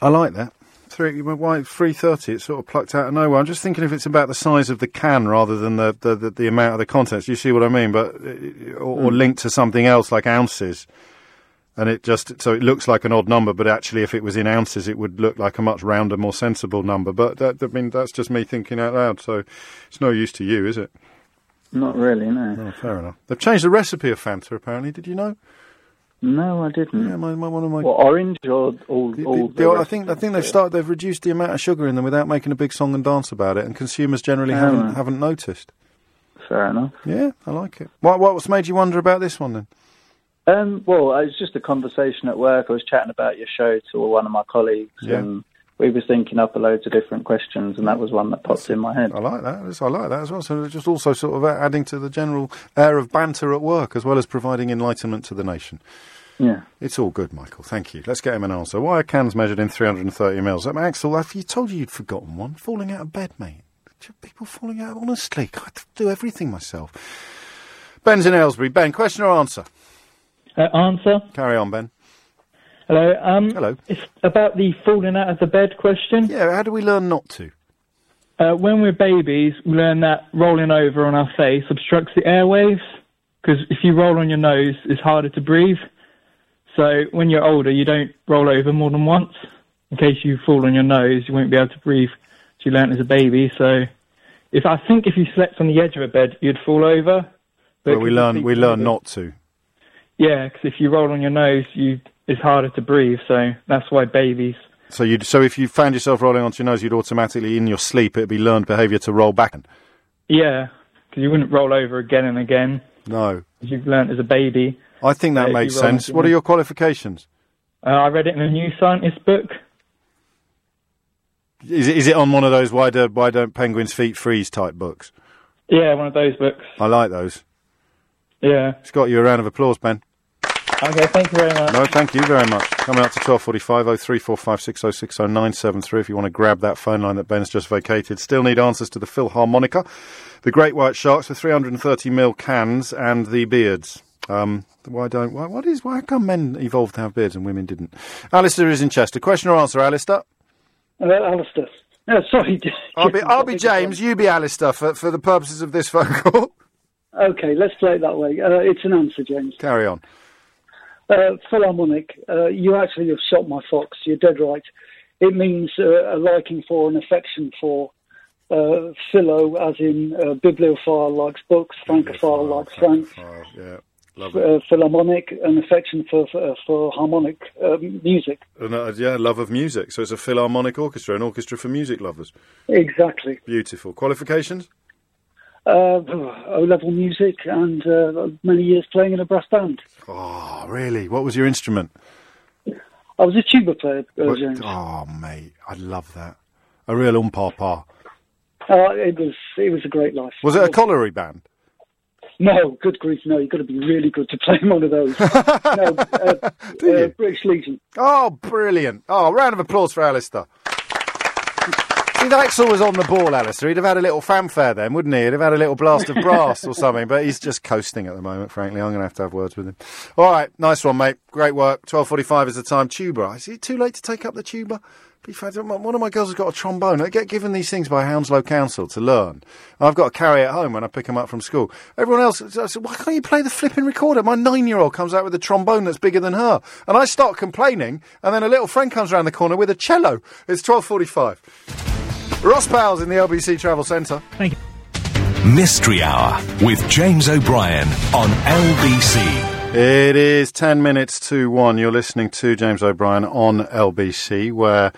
Speaker 1: I like that. Three, why three thirty? It's sort of plucked out of nowhere. I'm just thinking if it's about the size of the can rather than the the, the, the amount of the contents. You see what I mean? But uh, or, or
Speaker 14: Mm.
Speaker 1: linked to something else like ounces, and it just so it looks like an odd number, but actually, if it was in ounces, it would look like a much rounder, more sensible number. But that, I mean, that's just me thinking out loud. So it's no use to you, is it?
Speaker 14: Not really, no.
Speaker 1: Oh, fair enough. They've changed the recipe of Fanta. Apparently, did you know?
Speaker 14: No, I didn't.
Speaker 1: Yeah, my, my, one of my
Speaker 14: What, orange or all?
Speaker 1: The-
Speaker 14: all
Speaker 1: the- the- I
Speaker 14: rest?
Speaker 1: think I think they've started. They've reduced the amount of sugar in them without making a big song and dance about it, and consumers generally
Speaker 14: Oh,
Speaker 1: haven't
Speaker 14: right.
Speaker 1: haven't noticed.
Speaker 14: Fair enough.
Speaker 1: Yeah, I like it. What what's made you wonder about this one then?
Speaker 14: Um, well, it was just a conversation at work. I was chatting about your show to one of my colleagues,
Speaker 1: Yeah.
Speaker 14: and we was thinking up a loads of different questions, and that was one that popped in my head.
Speaker 1: I like that. That's- I like that as well. So it's just also sort of adding to the general air of banter at work, as well as providing enlightenment to the nation.
Speaker 14: Yeah.
Speaker 1: It's all good, Michael. Thank you. Let's get him an answer. Why are cans measured in 330 mils? Um, Axel, have you told you you'd forgotten one? Falling out of bed, mate. People falling out. Honestly, I do everything myself. Ben's in Aylesbury. Ben, question or answer?
Speaker 15: Uh, answer.
Speaker 1: Carry on, Ben.
Speaker 15: Hello. Um,
Speaker 1: Hello.
Speaker 15: It's about the falling out of the bed question.
Speaker 1: Yeah. How do we learn not to?
Speaker 15: Uh, when we're babies, we learn that rolling over on our face obstructs the airwaves because if you roll on your nose, it's harder to breathe. So when you're older, you don't roll over more than once. In case you fall on your nose, you won't be able to breathe. So you learnt as a baby. So if I think if you slept on the edge of a bed, you'd fall over.
Speaker 1: Well, we learn we learn not to.
Speaker 15: Yeah, because if you roll on your nose, you it's harder to breathe. So that's why babies.
Speaker 1: So you so if you found yourself rolling onto your nose, you'd automatically in your sleep it'd be learned behaviour to roll back.
Speaker 15: Yeah, because you wouldn't roll over again and again.
Speaker 1: No.
Speaker 15: As you've learnt as a baby.
Speaker 1: I think
Speaker 15: Uh,
Speaker 1: that
Speaker 15: if
Speaker 1: makes
Speaker 15: you roll
Speaker 1: sense.
Speaker 15: onto
Speaker 1: What are
Speaker 15: your-
Speaker 1: your qualifications?
Speaker 15: Uh, I read it in a New Scientist book.
Speaker 1: Is it, is it on one of those why do why don't penguins' feet freeze type books?
Speaker 15: Yeah, one of those books.
Speaker 1: I like those.
Speaker 15: Yeah.
Speaker 1: It's got you a round of applause, Ben.
Speaker 15: Okay, thank you very much.
Speaker 1: No, thank you very much. Coming up to oh 1245 03456060973 if you want to grab that phone line that Ben's just vacated. Still need answers to the Philharmonica, the Great White Sharks, the 330ml cans, and the beards. Um, why don't, why, what is, why come men evolved to have beards and women didn't? Alistair is in Chester. Question or answer, Alistair?
Speaker 5: Hello, uh, Alistair. No, sorry.
Speaker 1: I'll be, I'll be James, you be Alistair for, for the purposes of this phone call.
Speaker 5: Okay, let's play it that way. Uh, it's an answer, James.
Speaker 1: Carry on.
Speaker 5: Uh, Philharmonic, uh, you actually have shot my fox. You're dead right. It means uh, a liking for, an affection for. Uh, philo, as in uh, bibliophile likes books, francophile likes Frank.
Speaker 1: Yeah,
Speaker 5: Uh, philharmonic, an affection for for, uh, for harmonic um, music.
Speaker 1: And, uh, yeah, love of music. So it's a Philharmonic Orchestra, an orchestra for music lovers.
Speaker 5: Exactly.
Speaker 1: Beautiful. Qualifications?
Speaker 5: Uh, o level music and uh, many years playing in a brass band.
Speaker 1: Oh, really? What was your instrument?
Speaker 5: I was a tuba player, uh,
Speaker 1: What-
Speaker 5: James.
Speaker 1: Oh, mate, I love that. A real umpapa.
Speaker 5: Uh, it was it was a great life.
Speaker 1: Was it a colliery band?
Speaker 5: No, good grief, no. You've got to be really good to play in one of those. no, uh, uh, British Legion.
Speaker 1: Oh, brilliant. Oh, round of applause for Alistair. See, Axel was on the ball, Alistair. He'd have had a little fanfare then, wouldn't he? He'd have had a little blast of brass or something, but he's just coasting at the moment, frankly. I'm going to have to have words with him. All right, nice one, mate. Great work. 12.45 is the time. Tuba. Is it too late to take up the tuba? Be fair, One of my girls has got a trombone. I get given these things by Hounslow Council to learn. I've got to carry it home when I pick them up from school. Everyone else, I said, why can't you play the flipping recorder? My nine-year-old comes out with a trombone that's bigger than her. And I start complaining, and then a little friend comes around the corner with a cello. It's 12.45. Ross Powell's in the LBC Travel Centre. Thank you.
Speaker 16: Mystery Hour with James O'Brien on LBC.
Speaker 1: It is 10 minutes to 1. You're listening to James O'Brien on LBC, where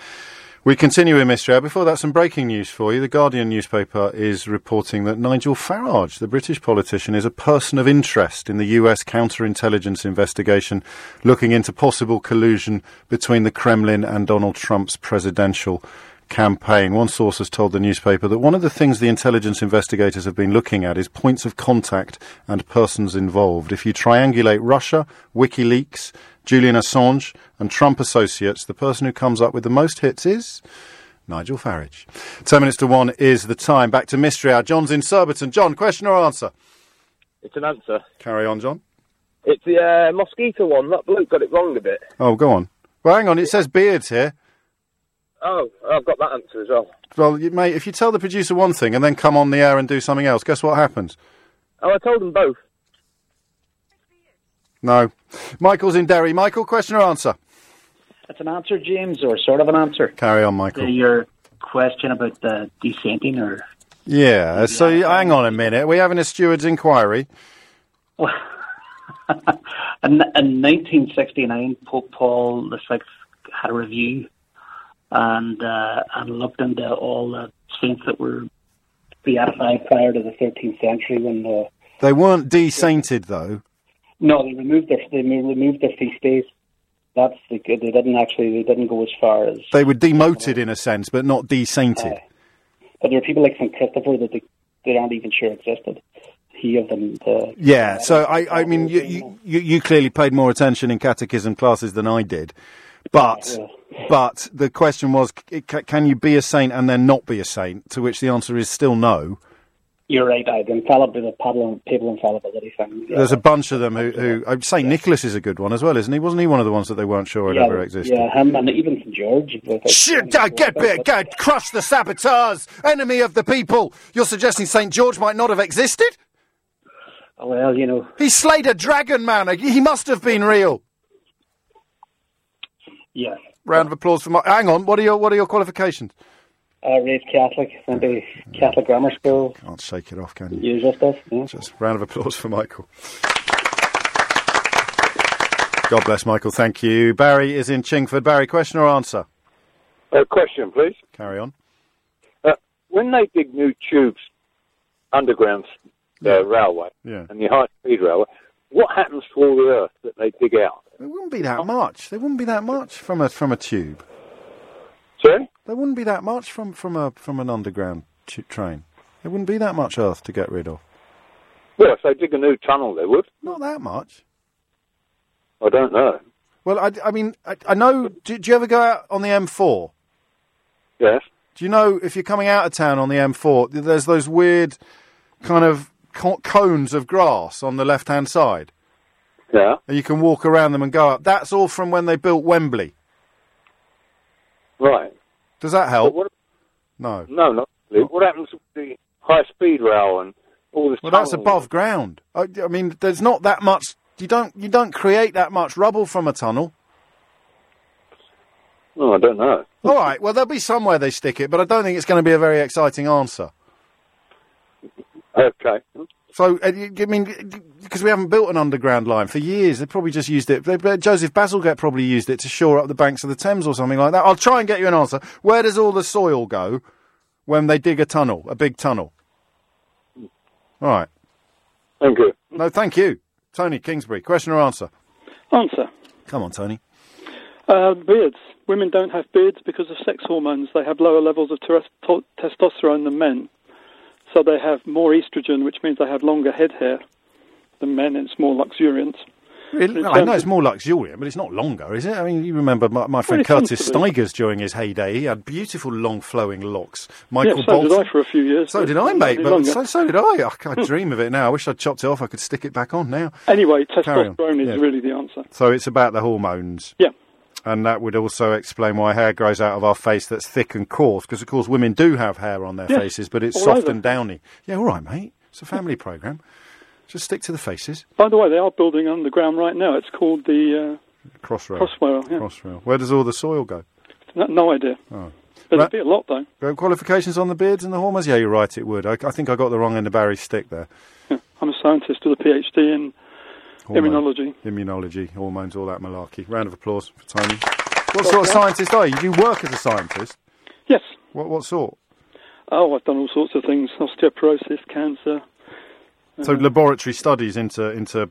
Speaker 1: we continue in Mystery Hour. Before that, some breaking news for you. The Guardian newspaper is reporting that Nigel Farage, the British politician, is a person of interest in the US counterintelligence investigation looking into possible collusion between the Kremlin and Donald Trump's presidential campaign. One source has told the newspaper that one of the things the intelligence investigators have been looking at is points of contact and persons involved. If you triangulate Russia, WikiLeaks, Julian Assange, and Trump associates, the person who comes up with the most hits is Nigel Farage. 10 minutes to 1 is the time. Back to Mystery Hour. John's in Surbiton. John, question or answer?
Speaker 13: It's an answer.
Speaker 1: Carry on, John.
Speaker 13: It's the uh, mosquito one. That bloke got it wrong a bit.
Speaker 1: Oh, go on. Well, hang on. It says beards here.
Speaker 13: Oh, I've got that answer as well.
Speaker 1: Well, you, mate, if you tell the producer one thing and then come on the air and do something else, guess what happens?
Speaker 13: Oh, I told them both.
Speaker 1: No. Michael's in Derry. Michael, question or answer?
Speaker 17: That's an answer, James, or sort of an answer.
Speaker 1: Carry on, Michael.
Speaker 17: To your question about uh, decenting, or
Speaker 1: Yeah, so
Speaker 17: um,
Speaker 1: hang on a minute. We're having a steward's inquiry.
Speaker 17: in, in 1969, Pope Paul the Sixth had a review and uh, and looked into all the saints that were beatified prior to the 13th century when the
Speaker 1: They weren't de-sainted, though.
Speaker 17: No, they removed their they mo- removed their feast days. That's the good. They didn't actually. They didn't go as far as.
Speaker 1: They were demoted in a sense, but not de-sainted.
Speaker 17: Oh. But there are people like Saint Christopher that they, they aren't even sure existed. He of them. The,
Speaker 1: Yeah, so
Speaker 17: Oh,
Speaker 1: I, I mean, you, you, you you clearly paid more attention in catechism classes than I did. But, but the question was, c- c- can you be a saint and then not be a saint? To which the answer is still no.
Speaker 17: you're right. I the infallibility, the papal, papal infallibility thing. Yeah.
Speaker 1: There's a bunch of them who, who uh, St. Nicholas is a good one as well, isn't he? Wasn't he one of the ones that they weren't sure had
Speaker 17: yeah,
Speaker 1: ever existed?
Speaker 17: yeah, him and even St George. with it.
Speaker 1: Shit, uh, get bit, get, crush the saboteurs, enemy of the people. You're suggesting St. George might not have existed?
Speaker 17: Well, you know.
Speaker 1: He slayed a dragon, man. He must have been real.
Speaker 17: Yes.
Speaker 1: Round of applause for my. Hang on, what are your, what are your qualifications?
Speaker 17: Uh, raised Catholic, went to Catholic grammar school.
Speaker 1: Can't shake it off, can you?
Speaker 17: Usual stuff. Yeah.
Speaker 1: Just round of applause for Michael. God bless Michael, thank you. Barry is in Chingford. Barry, question or answer?
Speaker 18: Uh, question, please.
Speaker 1: Carry on.
Speaker 18: Uh, when they dig new tubes, underground uh, railway,
Speaker 1: Yeah.
Speaker 18: and the high speed railway, what happens to all the earth that they dig out?
Speaker 1: There wouldn't be
Speaker 18: Oh.
Speaker 1: that much. There wouldn't be that much from a from a tube.
Speaker 18: Sorry?
Speaker 1: There wouldn't be that much from from a from an underground tu- train. There wouldn't be that much earth to get rid of.
Speaker 18: Well, if they dig a new tunnel, they would.
Speaker 1: Not that much.
Speaker 18: I don't know.
Speaker 1: Well, I, I mean, I, I know. Do, do you ever go out on the M4?
Speaker 18: Yes.
Speaker 1: Do you know if you're coming out of town on the M4, th- there's those weird kind of co- cones of grass on the left hand side,
Speaker 18: Yeah.
Speaker 1: and you can walk around them and go up. That's all from when they built Wembley.
Speaker 18: Right.
Speaker 1: Does that help?
Speaker 18: But what,
Speaker 1: No.
Speaker 18: no, not really. What happens with the high speed rail and all this?
Speaker 1: Well, that's
Speaker 18: tunnel?
Speaker 1: above ground. I, I mean, there's not that much. You don't you don't create that much rubble from a tunnel.
Speaker 18: Oh, I don't know.
Speaker 1: All right. Well, there'll be somewhere they stick it, but I don't think it's going to be a very exciting answer.
Speaker 18: Okay.
Speaker 1: So, uh, you- I mean, because we haven't built an underground line for years, they probably just used it. They, uh, Joseph Bazalgette probably used it to shore up the banks of the Thames or something like that. I'll try and get you an answer. Where does all the soil go when they dig a tunnel, a big tunnel? All right.
Speaker 18: Thank you.
Speaker 1: No, thank you, Tony Kingsbury. Question or answer?
Speaker 19: Answer.
Speaker 1: Come on, Tony.
Speaker 19: Uh, beards. Women don't have beards because of sex hormones. They have lower levels of teres- to- testosterone than men. So they have more estrogen, which means they have longer head hair than men. It's more luxuriant.
Speaker 1: Really?
Speaker 19: In
Speaker 1: I know
Speaker 19: terms
Speaker 1: it's more luxuriant, but it's not longer, is it? I mean, you remember my, my friend
Speaker 19: it tends
Speaker 1: Curtis
Speaker 19: to be.
Speaker 1: Stigers during his heyday. He had beautiful, long, flowing locks.
Speaker 19: yeah,
Speaker 1: Michael
Speaker 19: so
Speaker 1: Bolton.
Speaker 19: did I for a few years.
Speaker 1: So
Speaker 19: but
Speaker 1: did I,
Speaker 19: not
Speaker 1: mate.
Speaker 19: any
Speaker 1: But
Speaker 19: longer.
Speaker 1: so, so did I. I, I dream of it now. I wish I'd chopped it off. I could stick it back on now.
Speaker 19: Anyway,
Speaker 1: Carry on.
Speaker 19: testosterone is
Speaker 1: Yeah.
Speaker 19: really the answer.
Speaker 1: So it's about the hormones.
Speaker 19: Yeah.
Speaker 1: And that would also explain why hair grows out of our face that's thick and coarse, because of course women do have hair on their
Speaker 19: Yeah.
Speaker 1: faces, but it's
Speaker 19: All
Speaker 1: soft
Speaker 19: over.
Speaker 1: and downy. Yeah, all right, mate. It's a family program. Just stick to the faces.
Speaker 19: By the way, they are building underground right now. It's called the uh,
Speaker 1: Crossrail.
Speaker 19: Crossrail. Yeah.
Speaker 1: Crossrail. Where does all the soil go?
Speaker 19: No, no idea.
Speaker 1: Oh.
Speaker 19: There'd
Speaker 1: Right.
Speaker 19: be a lot though.
Speaker 1: Go qualifications on the beards and the hormones? Yeah, you're right, it would. I, I think I got the wrong end of Barry's stick there.
Speaker 19: I'm a scientist with a PhD in
Speaker 1: Hormone.
Speaker 19: immunology.
Speaker 1: Immunology, hormones, all that malarkey. Round of applause for Tony. What sort of scientist are you? Do you work as a scientist?
Speaker 19: Yes.
Speaker 1: What what sort?
Speaker 19: Oh, I've done all sorts of things: osteoporosis, cancer. Um,
Speaker 1: So laboratory studies into into
Speaker 19: Uh,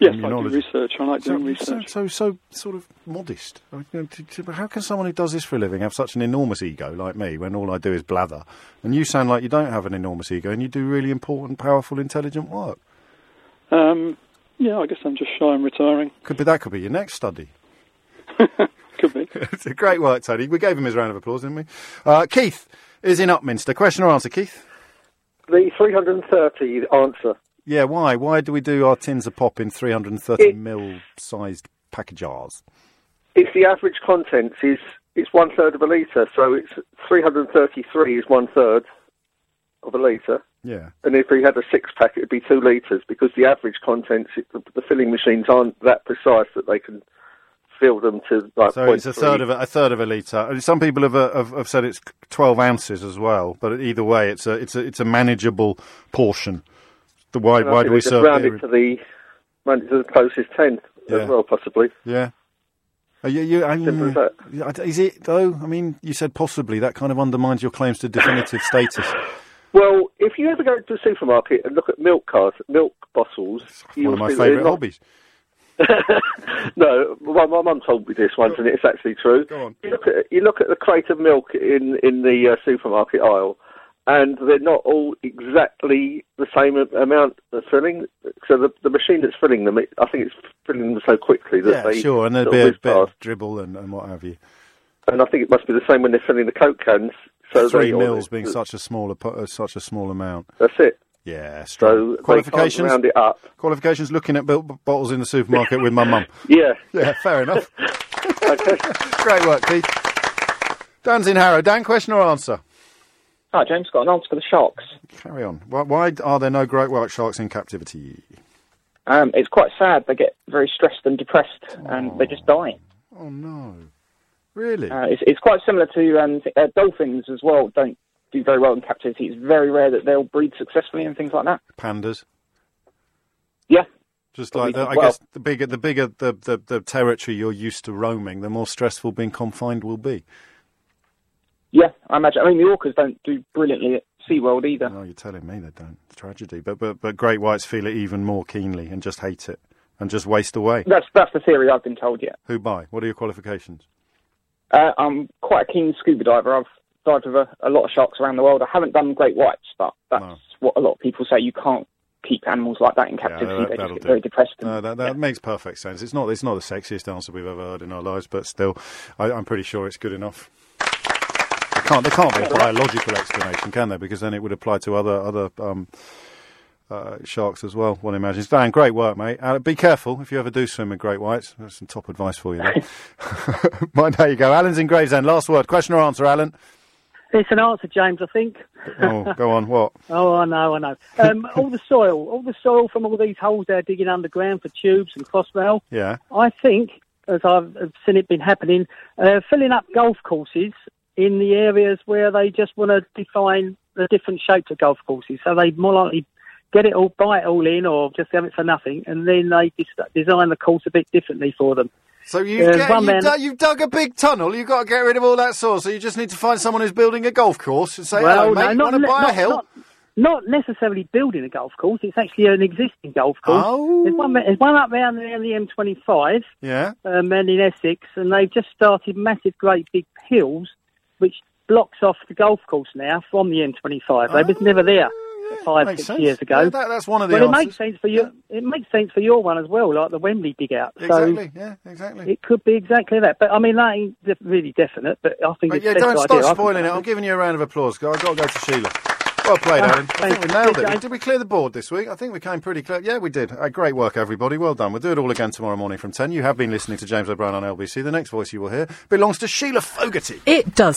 Speaker 19: Yes, I do
Speaker 1: immunology.
Speaker 19: research. I like doing
Speaker 1: so,
Speaker 19: research.
Speaker 1: so so sort of modest. I mean, you know, t- t- How can someone who does this for a living have such an enormous ego like me when all I do is blather? And you sound like you don't have an enormous ego and you do really important, powerful, intelligent work.
Speaker 19: Um, yeah, I guess I'm just shy I'm retiring.
Speaker 1: Could be that could be your next study.
Speaker 19: could be.
Speaker 1: it's a great work, Tony. We gave him his round of applause, didn't we? Uh, Keith is in Upminster. Question or answer, Keith?
Speaker 20: The 330 answer.
Speaker 1: Yeah, why? Why do we do our tins of pop in 330 mil sized pack jars?
Speaker 18: It's the average contents is it's one third of a litre, so it's 333 is one third of a litre.
Speaker 1: Yeah.
Speaker 18: And if we had a six pack, it would be two litres because the average contents, it, the, the filling machines aren't that precise that they can fill them to like.
Speaker 1: So it's a
Speaker 18: 0.3.
Speaker 1: third of a, a third of a liter. And Some people have, uh, have have said it's 12 ounces as well, but either way, it's a it's a it's a manageable portion. The why
Speaker 18: And I
Speaker 1: why
Speaker 18: think
Speaker 1: do
Speaker 18: they
Speaker 1: we
Speaker 18: just
Speaker 1: serve
Speaker 18: round
Speaker 1: beer
Speaker 18: it to the round it to the closest ten
Speaker 1: Yeah.
Speaker 18: as well, possibly.
Speaker 1: Yeah. Are you, you, I
Speaker 18: Simple as
Speaker 1: mean, is it though? I mean, you said possibly that kind of undermines your claims to definitive status.
Speaker 18: Well, if you ever go to the supermarket and look at milk cars, milk bottles,
Speaker 1: One
Speaker 18: you'll
Speaker 1: of my
Speaker 18: see that they're
Speaker 1: favourite
Speaker 18: not-
Speaker 1: hobbies.
Speaker 18: no, my, my mum told me this once, and it's actually true. You look at you look at the crate of milk in in the uh, supermarket aisle, and they're not all exactly the same a- amount of filling. So the the machine that's filling them, it, I think it's filling them so quickly that
Speaker 1: Yeah,
Speaker 18: they
Speaker 1: sure, and there'd
Speaker 18: sort
Speaker 1: be
Speaker 18: of
Speaker 1: a
Speaker 18: whiz
Speaker 1: bit
Speaker 18: past.
Speaker 1: of dribble and, and what have you.
Speaker 18: And I think it must be the same when they're filling the coke cans. So
Speaker 1: Three
Speaker 18: they,
Speaker 1: mils being such a small apo- uh, such a small amount.
Speaker 18: That's it.
Speaker 1: Yeah,
Speaker 18: So they
Speaker 1: Qualifications?
Speaker 18: can't round it up.
Speaker 1: Qualifications: looking at bil- bottles in the supermarket with my mum.
Speaker 18: Yeah.
Speaker 1: Yeah, fair enough. Great work, Keith. Dan's in Harrow. Dan, question or answer?
Speaker 20: Hi, Ah, James. Got an answer for the sharks.
Speaker 1: Carry on. Why, why are there no great white sharks in captivity?
Speaker 20: Um, it's quite sad. They get very stressed and depressed, and they just die.
Speaker 1: Oh no! Really?
Speaker 20: Uh, it's, it's quite similar to um, th- uh, dolphins as well. Don't do very well in captivity. It's very rare that they'll breed successfully and things like that.
Speaker 1: Pandas.
Speaker 20: Yeah.
Speaker 1: Just
Speaker 20: But
Speaker 1: like
Speaker 20: we-
Speaker 1: the, I
Speaker 20: well-
Speaker 1: guess the bigger the bigger the, the, the territory you're used to roaming, the more stressful being confined will be.
Speaker 20: Yeah, I imagine. I mean, the orcas don't do brilliantly at SeaWorld either.
Speaker 1: No, you're telling me they don't. It's tragedy. But but but great whites feel it even more keenly and just hate it and just waste away.
Speaker 20: That's that's the theory I've been told. Yeah.
Speaker 1: Who by? What are your qualifications?
Speaker 20: Uh, I'm quite a keen scuba diver. I've dived with a, a lot of sharks around the world. I haven't done great whites, but that's what a lot of people say. You can't keep animals like that in captivity.
Speaker 1: that-
Speaker 20: they just
Speaker 1: that'll
Speaker 20: get
Speaker 1: do.
Speaker 20: very depressed.
Speaker 1: No, that, that makes perfect sense. It's not it's not the sexiest answer we've ever heard in our lives, but still, I, I'm pretty sure it's good enough. There can't there can't be a biological explanation, can there? Because then it would apply to other other um, uh, sharks as well. One imagines. Dan, great work, mate. Uh, be careful if you ever do swim with great whites. That's some top advice for you. There. Mind how you go. Alan's in Gravesend. Last word. Question or answer, Alan?
Speaker 21: It's an answer, James. I think.
Speaker 1: Oh, go on. What?
Speaker 21: Oh, I know, I know. Um, all the soil, all the soil from all these holes they're digging underground for tubes and crossrail.
Speaker 1: Yeah.
Speaker 21: I think, as I've I've seen it been happening, uh, filling up golf courses in the areas where they just want to define the different shapes of golf courses. So they more likely get it all, buy it all in, or just have it for nothing, and then they dis- design the course a bit differently for them.
Speaker 1: So you
Speaker 21: There's
Speaker 1: get,
Speaker 21: one
Speaker 1: you
Speaker 21: man-
Speaker 1: dug, you've dug a big tunnel. You've got to get rid of all that soil. So you just need to find someone who's building a golf course and say, "Hello, mate,
Speaker 21: no,
Speaker 1: want to
Speaker 21: ne-
Speaker 1: buy a hill?"
Speaker 21: Not, not necessarily building a golf course. It's actually an existing golf course.
Speaker 1: Oh.
Speaker 21: There's one. There's one up there on the, on the M25,
Speaker 1: Yeah.
Speaker 21: um, and in Essex, and they've just started massive, great big hills, which blocks off the golf course now from the M25. they was never there five,
Speaker 1: Oh, makes
Speaker 21: six
Speaker 1: sense.
Speaker 21: years ago.
Speaker 1: Yeah, that- that's one of the
Speaker 21: But it
Speaker 1: answers.
Speaker 21: makes sense for your. It makes sense for your one as well, like the Wembley dig out.
Speaker 1: Exactly,
Speaker 21: So
Speaker 1: yeah, exactly.
Speaker 21: It could be exactly that, but I mean that ain't de- really definite. But I think
Speaker 1: But
Speaker 21: it's
Speaker 1: yeah,
Speaker 21: the best
Speaker 1: don't
Speaker 21: idea.
Speaker 1: start
Speaker 21: I think
Speaker 1: spoiling it.
Speaker 21: that's
Speaker 1: I'm giving you a round of applause. I've got to go to Sheila. Well played,
Speaker 21: Ah,
Speaker 1: Aaron. I think we
Speaker 21: thanks.
Speaker 1: nailed
Speaker 21: Good,
Speaker 1: it.
Speaker 21: James.
Speaker 1: Did we clear the board this week? I think we came pretty clear. Yeah, we did. Uh, great work, everybody. Well done. We'll do it all again tomorrow morning from 10. You have been listening to James O'Brien on LBC. The next voice you will hear belongs to Sheila Fogarty.
Speaker 22: It does.